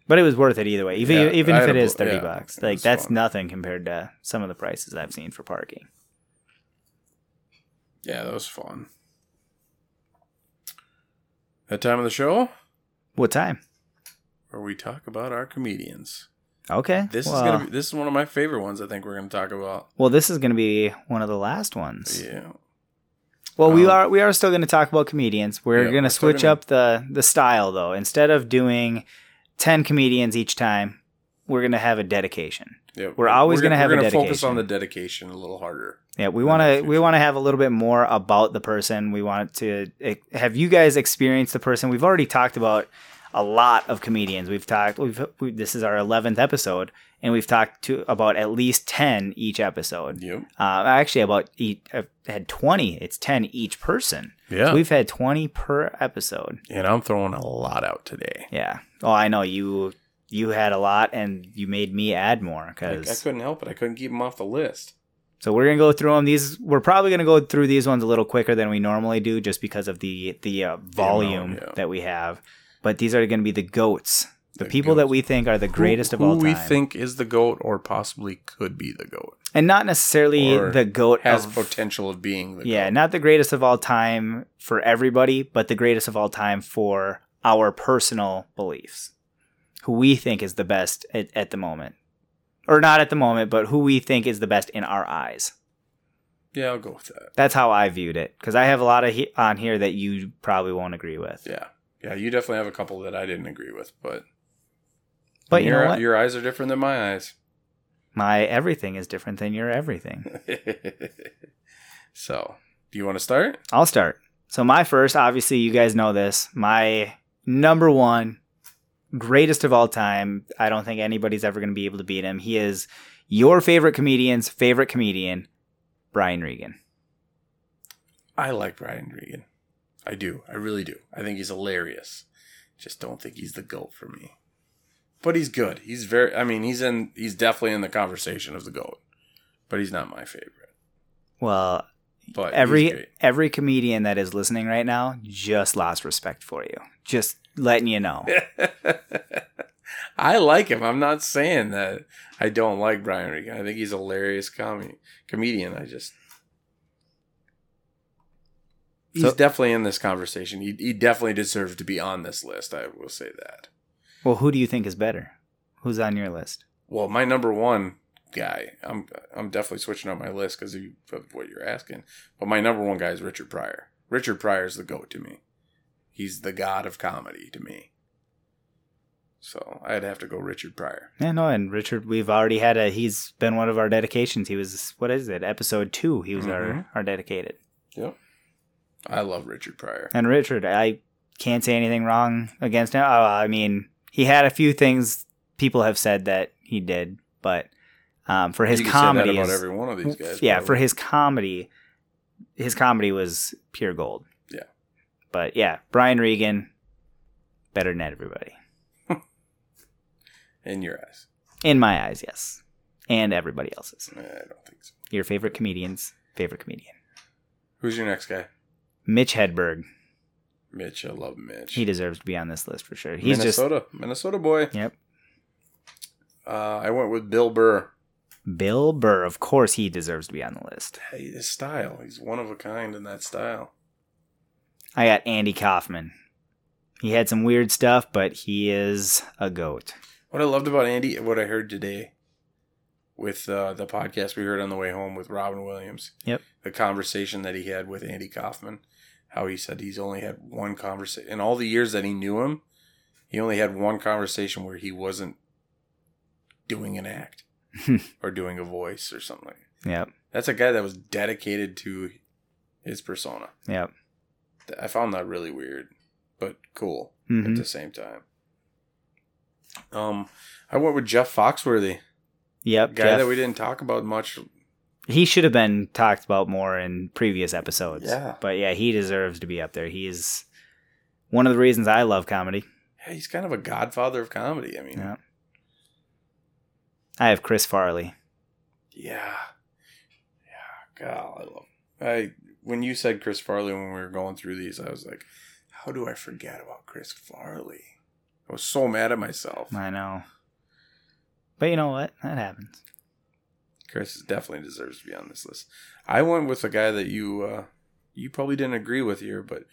but it was worth it either way. Even,
Yeah,
even
I
if
had
it
a
is
bl-
30
yeah,
bucks,
it
like
was
that's
fun.
nothing compared to some of the prices I've seen for parking.
Yeah, that was fun. That time of the show
What time?
where we talk about our comedians.
Okay.
This
well,
is gonna be this is one of my favorite ones. I think we're gonna talk about.
well, this is going to be one of the last ones.
Yeah,
Well, we
Um,
are we are still going to talk about comedians. We're
Yeah,
going
we're
to
still
switch
gonna-
up the the style though. Instead of doing 10 comedians each time, we're going to have a dedication.
yeah.
We're always gonna have a
we're gonna focus
dedication.
on the dedication a little harder.
Yeah, we
Yeah,
want to
that's
we want to have a little bit more about the person. We want to eh, have you guys experience the person. We've already talked about a lot of comedians. We've talked we've we, this is our 11th episode and we've talked to about at least 10 each episode.
Yep.
Uh, actually about each, I've had 20. It's 10 each person.
Yeah.
We've had 20 per episode.
and I'm throwing a lot out today.
Yeah. Oh, I know you. You had a lot, and you made me add more
Like, I
because.
couldn't help it. I couldn't keep them off the list.
So we're gonna go through them. These we're probably gonna go through these ones a little quicker than we normally do, just because of the the uh, volume
yeah.
that we have. But these are gonna be the goats, the,
The
people that
goats.
we think are the greatest of all
Who we
time,
think is the goat, or possibly could be the goat,
and not necessarily
Or
the goat
has
of,
potential of being the
Yeah,
goat.
not the greatest of all time for everybody, but the greatest of all time for our personal beliefs. Who we think is the best at, at the moment. Or not at the moment, but who we think is the best in our eyes.
Yeah, I'll go with that.
That's how I viewed it. Because I have a lot of he- on here that you probably won't agree with.
Yeah, yeah. You definitely have a couple that I didn't agree with, but
but you
your
know what?
your eyes are different than my eyes.
My everything is different than your everything.
so, do you want to start?
I'll start. So my first, obviously, you guys know this. My number one greatest of all time. I don't think anybody's ever going to be able to beat him. He is your favorite comedian's favorite comedian, Brian Regan.
I like Brian Regan. I do. I really do. I think he's hilarious. Just don't think he's the goat for me. But he's good. He's very. I mean, he's in. He's definitely in the conversation of the goat. But he's not my favorite.
Well,
But he's
every
great.
every comedian that is listening right now just lost respect for you. Just letting you know.
I like him. I'm not saying that I don't like Brian Regan. I think he's a hilarious comedy comedian. I just he's
So-
definitely in this conversation. He he definitely deserves to be on this list. I will say that.
Well, who do you think is better? Who's on your list?
Well, my number one guy. I'm I'm definitely switching up my list because of of what you're asking. But my number one guy is Richard Pryor. Richard Pryor's the goat to me. He's the god of comedy to me. So I'd have to go Richard Pryor.
Yeah, no, and Richard, we've already had a. He's been one of our dedications. He was what is it? Episode two. He was
Mhm.
our our dedicated.
Yep. I love Richard Pryor.
And Richard, I can't say anything wrong against him. Oh, I mean, he had a few things people have said that he did, but um, for his
You could say that
comedy,
about
is-
every one of these guys.
yeah, for
probably.
his comedy, his comedy was pure gold.
Yeah.
but yeah, Brian Regan, better than everybody
in your eyes.
in my eyes, yes, and everybody else's.
Eh, I don't think so.
Your favorite comedian's favorite comedian,
Who's your next guy?
Mitch Hedberg.
Mitch. I love Mitch.
He deserves to be on this list for sure. He's
Minnesota. Minnesota boy.
just yep.
Uh, I went with Bill Burr.
Bill Burr, of course, he deserves to be on the list.
Hey, his style. He's one of a kind in that style.
I got Andy Kaufman. He had some weird stuff, but he is a goat.
What I loved about Andy, what I heard today with uh, the podcast we heard on the way home with Robin Williams.
Yep.
The conversation that he had with Andy Kaufman, how he said he's only had one conversation in all the years that he knew him, he only had one conversation where he wasn't doing an act or doing a voice or something. like that.
Yep,
That's a guy that was dedicated to his persona.
yep.
Th- I found that really weird, but cool
Mhm.
at the same time. Um, I went with Jeff Foxworthy
Yep.
guy
Jeff.
that we didn't talk about much.
he should have been talked about more in previous episodes.
Yeah.
But yeah, he deserves to be up there. He's one of the reasons I love comedy.
Yeah, he's kind of a godfather of comedy. I mean, yeah.
Yeah. I have Chris Farley.
Yeah. God, I love I when you said Chris Farley when we were going through these, I was like, how do I forget about Chris Farley? I was so mad at myself.
I know. But you know what? That happens.
Chris definitely deserves to be on this list. I went with a guy that you uh you probably didn't agree with here, but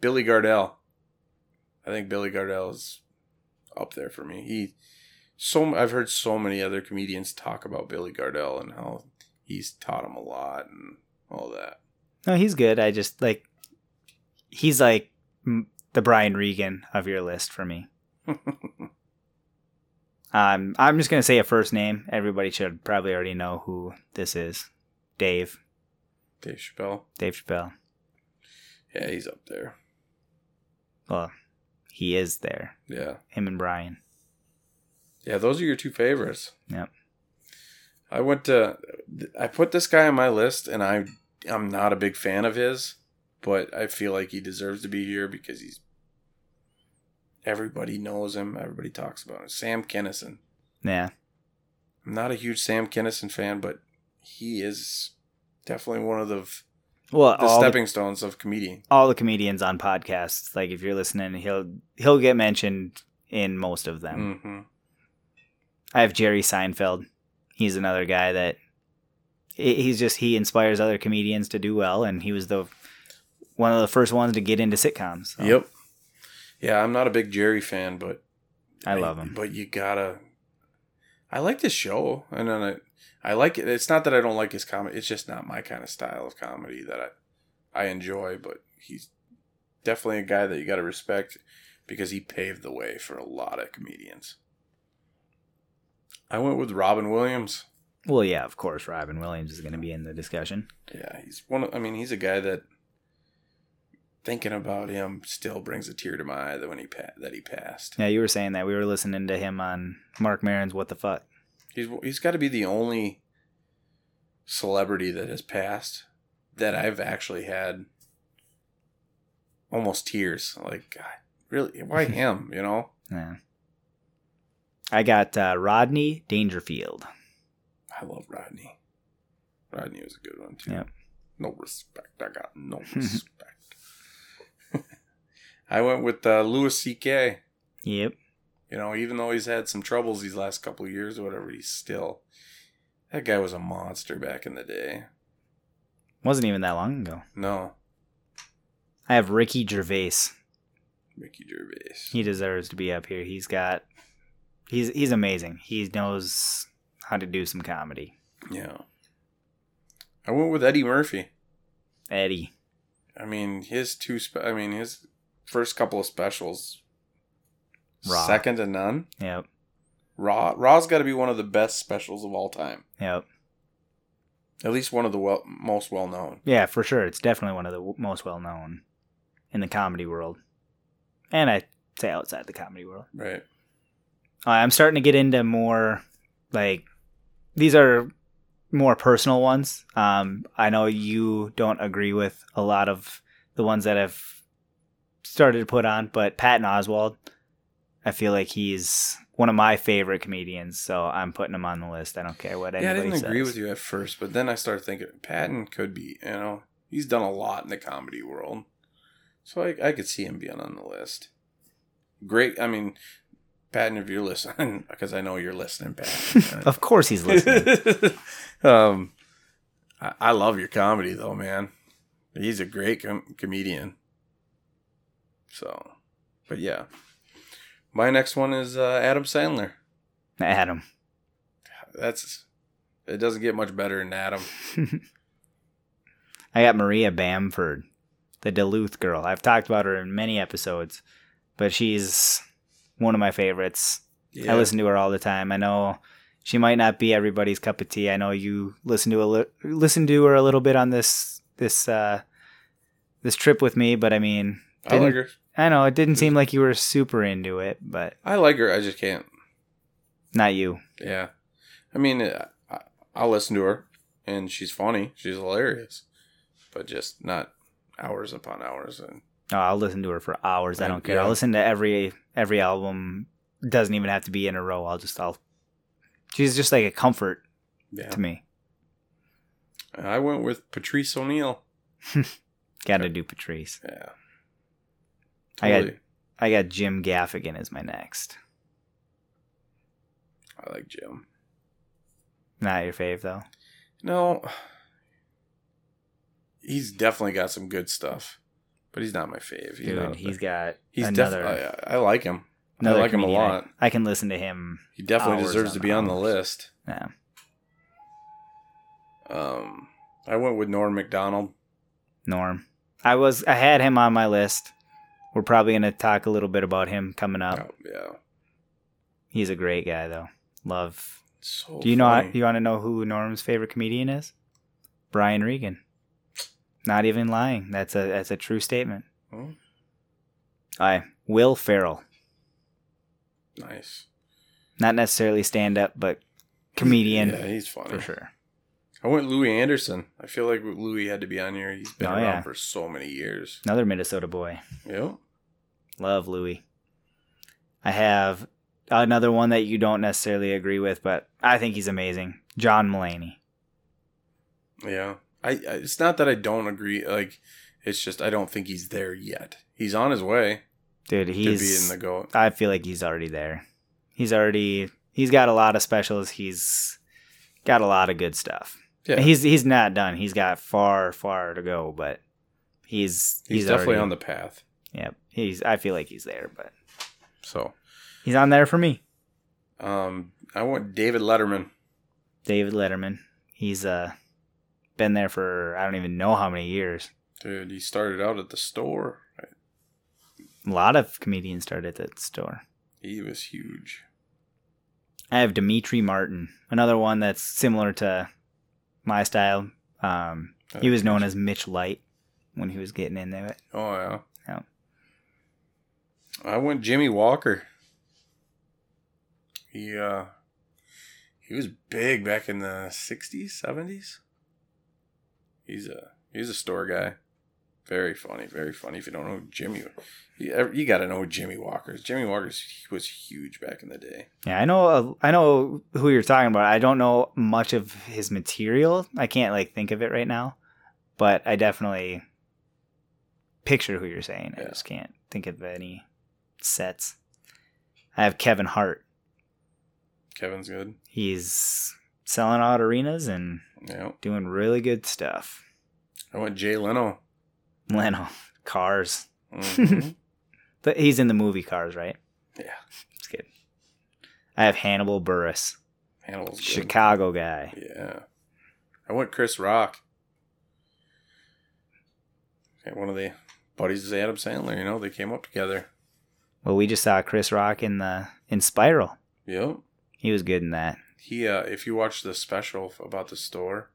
Billy Gardell. I think Billy Gardell is up there for me. He so I've heard so many other comedians talk about Billy Gardell and how he's taught him a lot and all that.
No, he's good. I just like, he's like mm, the Brian Regan of your list for me. Um, I'm just gonna say a first name. Everybody should probably already know who this is. Dave,
Dave Chappelle.
Dave Chappelle.
Yeah, he's up there.
Well, he is there.
Yeah.
Him and Brian.
Yeah, those are your two favorites.
Yep.
I went to I put this guy on my list and I I'm not a big fan of his, but I feel like he deserves to be here because he's everybody knows him, everybody talks about him. Sam Kennison.
Yeah,
I'm not a huge Sam Kennison fan, but he is definitely one of the,
Well,
the
all the,
stepping stones of comedian.
all the comedians on podcasts. Like if you're listening, he'll he'll get mentioned in most of them.
hmm
I have Jerry Seinfeld. He's another guy that he- he's just he inspires other comedians to do well, and he was the one of the first ones to get into sitcoms. so
Yep. Yeah, I'm not a big Jerry fan, but
I love him.
But you gotta. I like this show, and then I, I like it. It's not that I don't like his comedy; it's just not my kind of style of comedy that I, I enjoy. But he's definitely a guy that you got to respect because he paved the way for a lot of comedians. I went with Robin Williams.
Well, yeah, of course, Robin Williams is going to be in the discussion.
Yeah, he's one. Of, I mean, he's a guy that thinking about him still brings a tear to my eye that when he pa- that he passed.
Yeah, you were saying that. We were listening to him on Mark Marin's What the Fuck.
He's he's got to be the only celebrity that has passed that I've actually had almost tears. Like, God, really, why him? You know,
Yeah. I got uh, Rodney Dangerfield.
I love Rodney. Rodney was a good one too.
Yep.
No respect. I got no respect. I went with uh, Louis C.K.
Yep.
You know, even though he's had some troubles these last couple of years or whatever, he's still that guy was a monster back in the day.
Wasn't even that long ago.
No,
I have Ricky Gervais.
Ricky Gervais.
He deserves to be up here. He's got he's he's amazing. He knows how to do some comedy.
Yeah. I went with Eddie Murphy.
Eddie.
I mean, his two. Spe- I mean, his first couple of specials,
Raw.
second to none.
Yep.
Raw. Raw's got to be one of the best specials of all time.
Yep.
At least one of the well, most well known.
Yeah, for sure. It's definitely one of the w- most well known in the comedy world. And I say outside the comedy world.
Right.
Uh, I'm starting to get into more like these are more personal ones. Um, I know you don't agree with a lot of the ones that I've started to put on, but Patton Oswald, I feel like he's one of my favorite comedians, so I'm putting him on the list. I don't care what
yeah, I
anybody
didn't
says.
agree with you at first, but then I started thinking Patton could be. You know, he's done a lot in the comedy world, so I I could see him being on the list. Great. I mean, Patton, if you're listening, because I know you're listening, Patton.
of course, he's listening.
um, I, I love your comedy though, man. He's a great com- comedian. So, but yeah, my next one is uh, Adam Sandler.
Adam.
That's it doesn't get much better than Adam.
I got Maria Bamford, the Duluth girl. I've talked about her in many episodes, but she's one of my favorites.
Yeah,
I listen to her all the time. I know she might not be everybody's cup of tea. I know you listen to a li- listen to her a little bit on this this uh, this trip with me, but I mean,
I like
didn't-
her.
I know it didn't seem like you were super into it, but
I like her. I just can't.
not you.
Yeah, I mean, I, I- I'll listen to her, and she's funny. She's hilarious, but just not hours upon hours. And
No, Oh, I'll listen to her for hours. I
I-
don't care.
yeah.
I'll listen to every every album. Doesn't even have to be in a row. I'll just I'll. She's just like a comfort
yeah,
to me.
I went with Patrice O'Neill.
Got to do Patrice.
Yeah.
I got-
Totally.
I got Jim Gaffigan as my next.
I like Jim.
Not your fave though.
No. He's definitely got some good stuff, but he's not my fave.
Dude,
You know?
he's got
he's
another.
definitely. I, I like him. I
another
like him a
comedian.
lot.
I can listen to him.
He definitely
Hours
deserves
on
to be on the
hours.
list.
Yeah.
Um, I went with Norm McDonald.
Norm. I was I had him on my list. We're probably gonna talk a little bit about him coming up.
Oh, yeah.
He's a great guy though. Love.
So
Do you know
funny.
you want to know who Norm's favorite comedian is? Brian Regan. Not even lying. That's a that's a true statement.
Hmm.
I Will Ferrell.
nice
Not necessarily stand up, but comedian
Yeah, he's funny
for sure.
I went Louis Anderson. I feel like Louis had to be on here. He's been
Oh,
around
yeah.
for so many years.
Another Minnesota boy.
Yep.
Love Louis. I have another one that you don't necessarily agree with, but I think he's amazing. John Mulaney.
Yeah. I, I it's not that I don't agree. Like it's just I don't think he's there yet. He's on his way
Dude,
to be in
he's uh,
the go.
I feel like he's already there. He's already he's got a lot of specials. He's got a lot of good stuff.
Yeah.
He's he's not done. He's got far, far to go, but he's
He's, definitely
already-
on the path.
Yep. He's I feel like he's there, but
So,
he's on there for me.
um I want David Letterman.
David Letterman. He's uh been there for I don't even know how many years.
Dude, he started out at the store.
A lot of comedians start at that store.
He was huge.
I have Dimitri Martin, another one that's similar to my style. Um, he was known as Mitch Light. when he was getting in there.
Oh yeah.
Yeah.
I went Jimmy Walker. He uh he was big back in the sixties, seventies. He's a he's a store guy. Very funny, very funny. If you don't know who Jimmy, you, you got to know who Jimmy Walker's. Jimmy Walker's he was huge back in the day.
Yeah, I know. uh, I know who you're talking about. I don't know much of his material. I can't like think of it right now, but I definitely picture who you're saying. I
Yeah.
just can't think of any sets. I have Kevin Hart.
Kevin's good.
He's selling out arenas and
Yeah,
doing really good stuff.
I went Jay Leno.
Leno, Cars.
Mhm.
But he's in the movie Cars, right?
Yeah.
It's good. I have Hannibal Burris,
Hannibal's good.
Chicago guy.
Yeah. I went Chris Rock. Yeah, One of the buddies is Adam Sandler, you know, they came up together.
Well, we just saw Chris Rock in the in Spiral.
Yep.
He was good in that.
He uh if you watch the special f- about the store,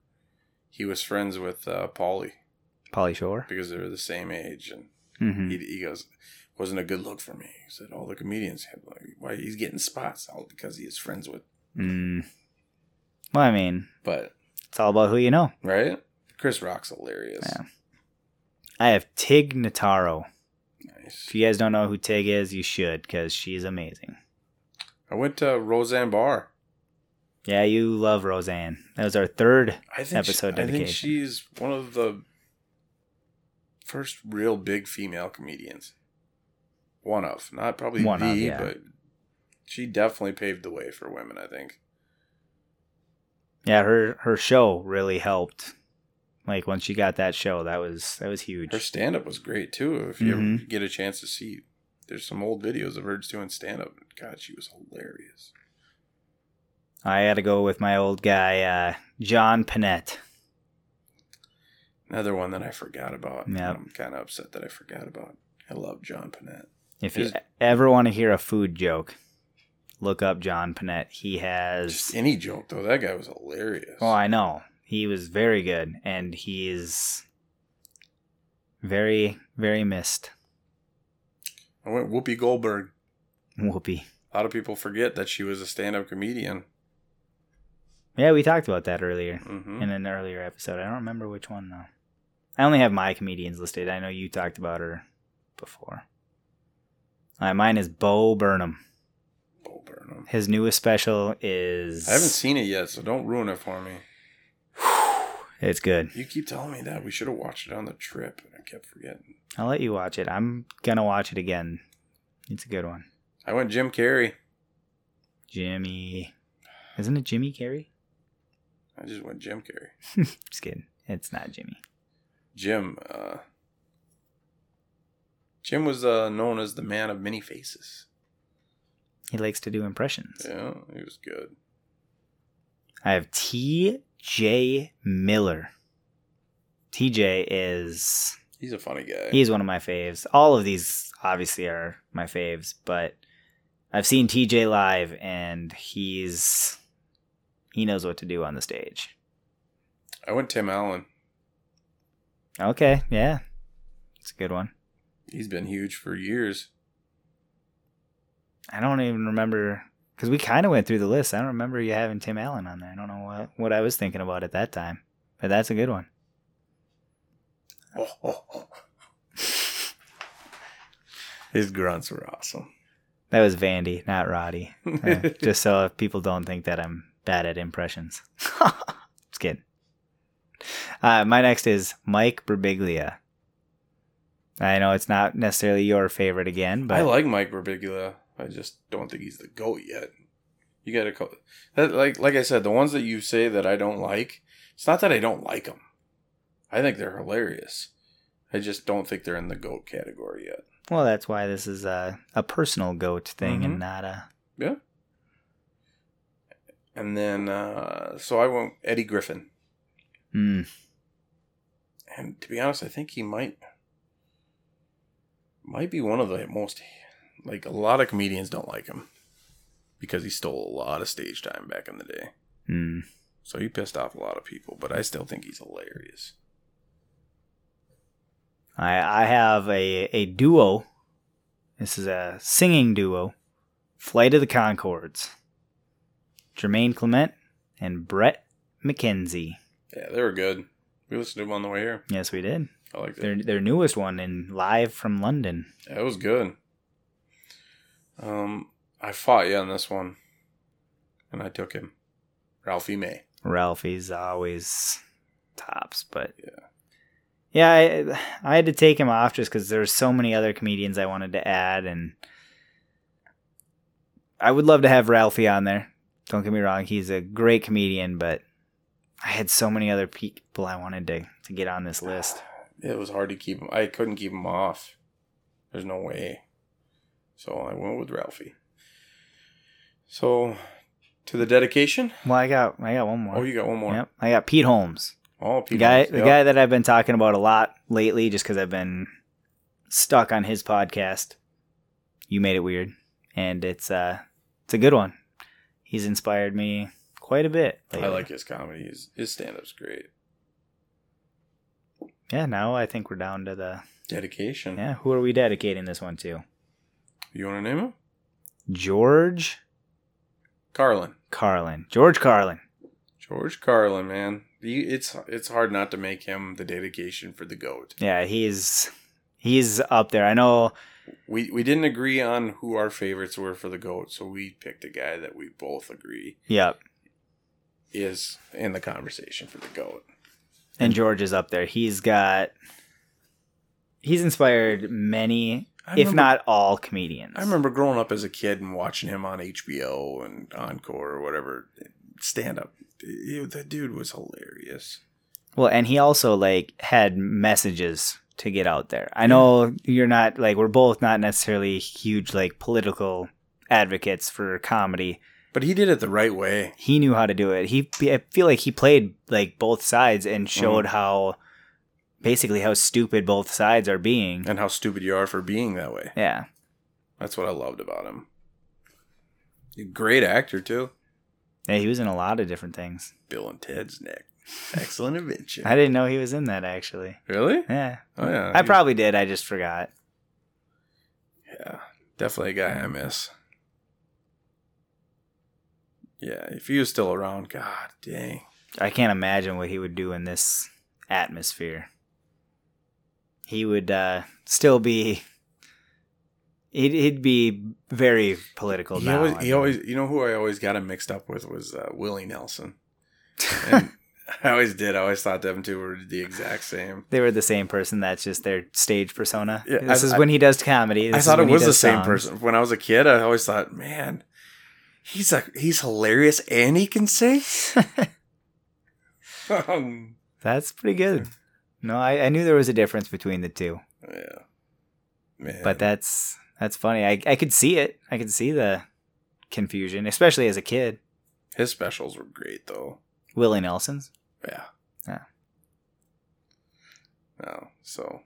he was friends with uh Paulie
Polly Shore.
because they were the same age and
hmm
he, he goes wasn't a good look for me. He said all the comedians have like why he's getting spots all because he is friends with
Mm. Well, I mean,
but
it's all about who you know.
right? Chris Rock's hilarious.
Yeah. I have Tig Notaro.
Nice.
If you guys don't know who Tig is, you should because she's amazing.
I went to Roseanne Barr.
Yeah, you love Roseanne. That was our third.
I think
episode
she, I think
dedication.
she's one of the first real big female comedians. One of, not probably
One
the,
of, yeah.
but she definitely paved the way for women. I think.
Yeah, her her show really helped. Like once she got that show, that was that was huge.
Her stand up was great too. If you ever
Mhm.
get a chance to see, there's some old videos of her just doing stand up. God, she was hilarious.
I got to go with my old guy, uh, John Panette.
Another one that I forgot about.
Yep.
I'm kind of upset that I forgot about. I love John Panette.
If you
Is-
ever want to hear a food joke, look up John Panette. He has
Just any joke though, that guy was hilarious.
Oh, I know. He was very good, and he is very, very missed.
I went Whoopi Goldberg.
Whoopi.
A lot of people forget that she was a stand-up comedian.
Yeah, we talked about that earlier
Mm-hmm.
in an earlier episode. I don't remember which one though. I only have my comedians listed. I know you talked about her before. All right, mine is Bo Burnham.
Bo Burnham.
His newest special is
I haven't seen it yet, so don't ruin it for me.
It's good.
You keep telling me that we should have watched it on the trip, and I kept forgetting.
I'll let you watch it. I'm gonna watch it again. It's a good one.
I went Jim Carrey.
Jimmy, isn't it Jimmy Carrey?
I just went Jim Carrey.
Just kidding. It's not Jimmy.
Jim. Uh, Jim was uh, known as the man of many faces.
He likes to do impressions.
Yeah, he was good.
I have T.J. Miller. TJ is
He's a funny guy.
he's one of my faves. All of these obviously are my faves, but I've seen TJ live and he's he knows what to do on the stage.
I went Tim Allen.
Okay, yeah. It's a good one.
He's been huge for years.
I don't even remember because we kind of went through the list. I don't remember you having Tim Allen on there. I don't know what, what I was thinking about at that time, but that's a good one.
His grunts were awesome.
That was Vandy, not Roddy. Uh, just so if people don't think that I'm bad at impressions. Just kidding. Uh, my next is Mike Birbiglia. I know it's not necessarily your favorite again, but
I like Mike Birbiglia. I just don't think he's the goat yet. You gotta call that like like I said, the ones that you say that I don't like. It's not that I don't like them. I think they're hilarious. I just don't think they're in the goat category yet.
well, that's why this is a, a personal goat thing and not a.
And then uh, so I went Eddie Griffin,
Mm,
and to be honest, I think he might might be one of the most like a lot of comedians don't like him because he stole a lot of stage time back in the day.
mm.
So he pissed off a lot of people, but I still think he's hilarious.
I, I have a, a duo. This is a singing duo. Flight of the Concords. Jermaine Clement and Brett McKenzie.
Yeah, they were good. We listened to them on the way here.
Yes, we did.
I liked it.
Their their newest one and live from London.
Yeah, it was good. Um, I fought you on this one, and I took him, Ralphie May.
Ralphie's always tops, but yeah, yeah. I, I had to take him off just because there were so many other comedians I wanted to add, and I would love to have Ralphie on there. Don't get me wrong; he's a great comedian, but I had so many other people I wanted to to get on this list.
It was hard to keep him. I couldn't keep him off. There's no way. So I went with Ralphie. So, to the dedication.
Well, I got I got one more.
Oh, you got one more.
Yep, I got Pete Holmes.
Oh,
The
Pete
guy,
Holmes.
the
Yep.
guy that I've been talking about a lot lately, just because I've been stuck on his podcast. You made it weird, and it's uh, it's a good one. He's inspired me quite a bit.
I
lately.
like his comedy. His, his stand up's great.
Yeah, now I think we're down to the
Dedication.
yeah. Who are we dedicating this one to?
You want to name him?
George
Carlin.
Carlin. George Carlin.
George Carlin, man. He, it's it's hard not to make him the dedication for the goat.
Yeah, he's he's up there. I know.
We we didn't agree on who our favorites were for the goat, so we picked a guy that we both agree
Yep.
is in the conversation for the goat.
and George is up there. He's got he's inspired many,
I
if
remember-
not all, comedians.
I remember growing up as a kid and watching him on HBO and Encore or whatever stand up. That dude was hilarious.
Well, and he also like had messages to get out there. I know you're not like we're both not necessarily huge like political advocates for comedy.
But he did it the right way.
He knew how to do it. He I feel like he played like both sides and showed how basically how stupid both sides are being.
And how stupid you are for being that way.
Yeah.
That's what I loved about him. A great actor too.
Yeah, he was in a lot of different things.
Bill and Ted's Neck. Excellent invention.
I didn't know he was in that actually.
really?
Yeah.
Oh yeah.
I probably did. I just forgot.
Yeah, definitely a guy I miss. Yeah, if he was still around, god dang.
I can't imagine what he would do in this atmosphere. He would uh, still be. He'd, he'd be very political
he
now.
always,
I
he
mean.
always, you know who I always got him mixed up with was uh, Willie Nelson. And I always did. I always thought them two were the exact same.
they were the same person. That's just their stage persona.
Yeah,
this
I-
is
I-
when he does comedy.
I
This is
thought it
when he
was the
does
same
songs.
person. When I was a kid, I always thought, man, he's a he's hilarious and he can sing. Um,
That's pretty good. No, I, I knew there was a difference between the two,
yeah, man.
but that's that's funny. I I could see it. I could see the confusion, especially as a kid.
his specials were great though.
Willie Nelson's.
Yeah.
Yeah.
No, so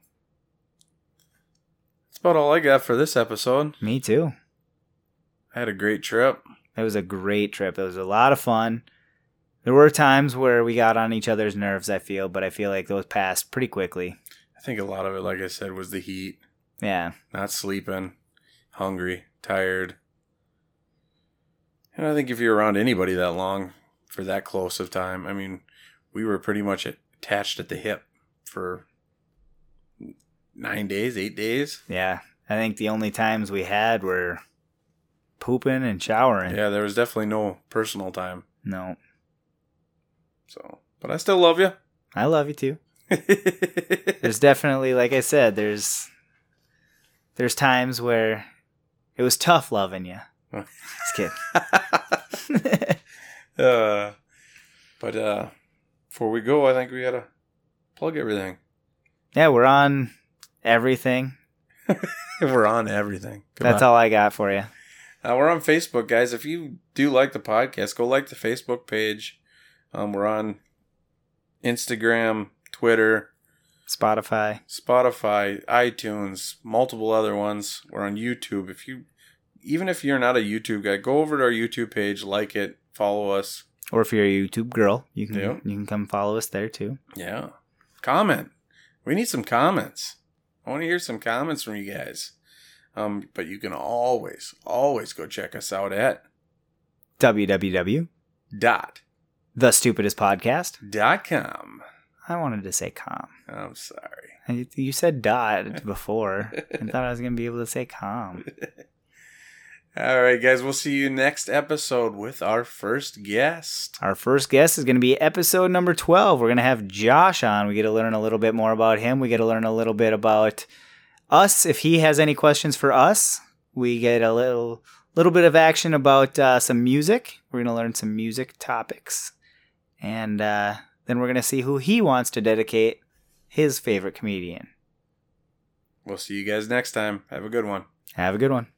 that's about all I got for this episode.
Me too.
I had a great trip.
It was a great trip. It was a lot of fun. There were times where we got on each other's nerves, I feel, but I feel like those passed pretty quickly.
I think a lot of it, like I said, was the heat,
Yeah.
not sleeping, hungry, tired. And I think if you're around anybody that long for that close of time, I mean, we were pretty much attached at the hip for nine days, eight days.
Yeah. I think the only times we had were pooping and showering.
Yeah, there was definitely no personal time.
No.
So, but I still love you.
I love you too. There's definitely like I said, there's there's times where it was tough loving you.
Huh.
Just kidding.
uh, but uh, before we go, I think we gotta plug everything.
yeah, we're on everything.
We're on everything.
That's all I got for you.
Uh, we're on Facebook, guys. If you do like the podcast, go like the Facebook page. Um, we're on Instagram, Twitter,
Spotify.
Spotify, iTunes, multiple other ones. We're on YouTube. If you, even if you're not a YouTube guy, go over to our YouTube page, like it, follow us.
or if you're a YouTube girl, you can
Yeah.
you can come follow us there too.
Yeah, comment. We need some comments. I want to hear some comments from you guys. Um, but you can always, always go check us out at
www.thestupidestpodcast.
dot dot com.
I wanted to say com.
I'm sorry.
I- You said dot before. I thought I was going to be able to say com.
All right, guys. We'll see you next episode with our first guest.
Our first guest is going to be episode number 12. We're going to have Josh on. We get to learn a little bit more about him. We get to learn a little bit about us. If he has any questions for us, we get a little little bit of action about uh, some music. We're going to learn some music topics. And uh, then we're going to see who he wants to dedicate his favorite comedian.
We'll see you guys next time. Have a good one.
Have a good one.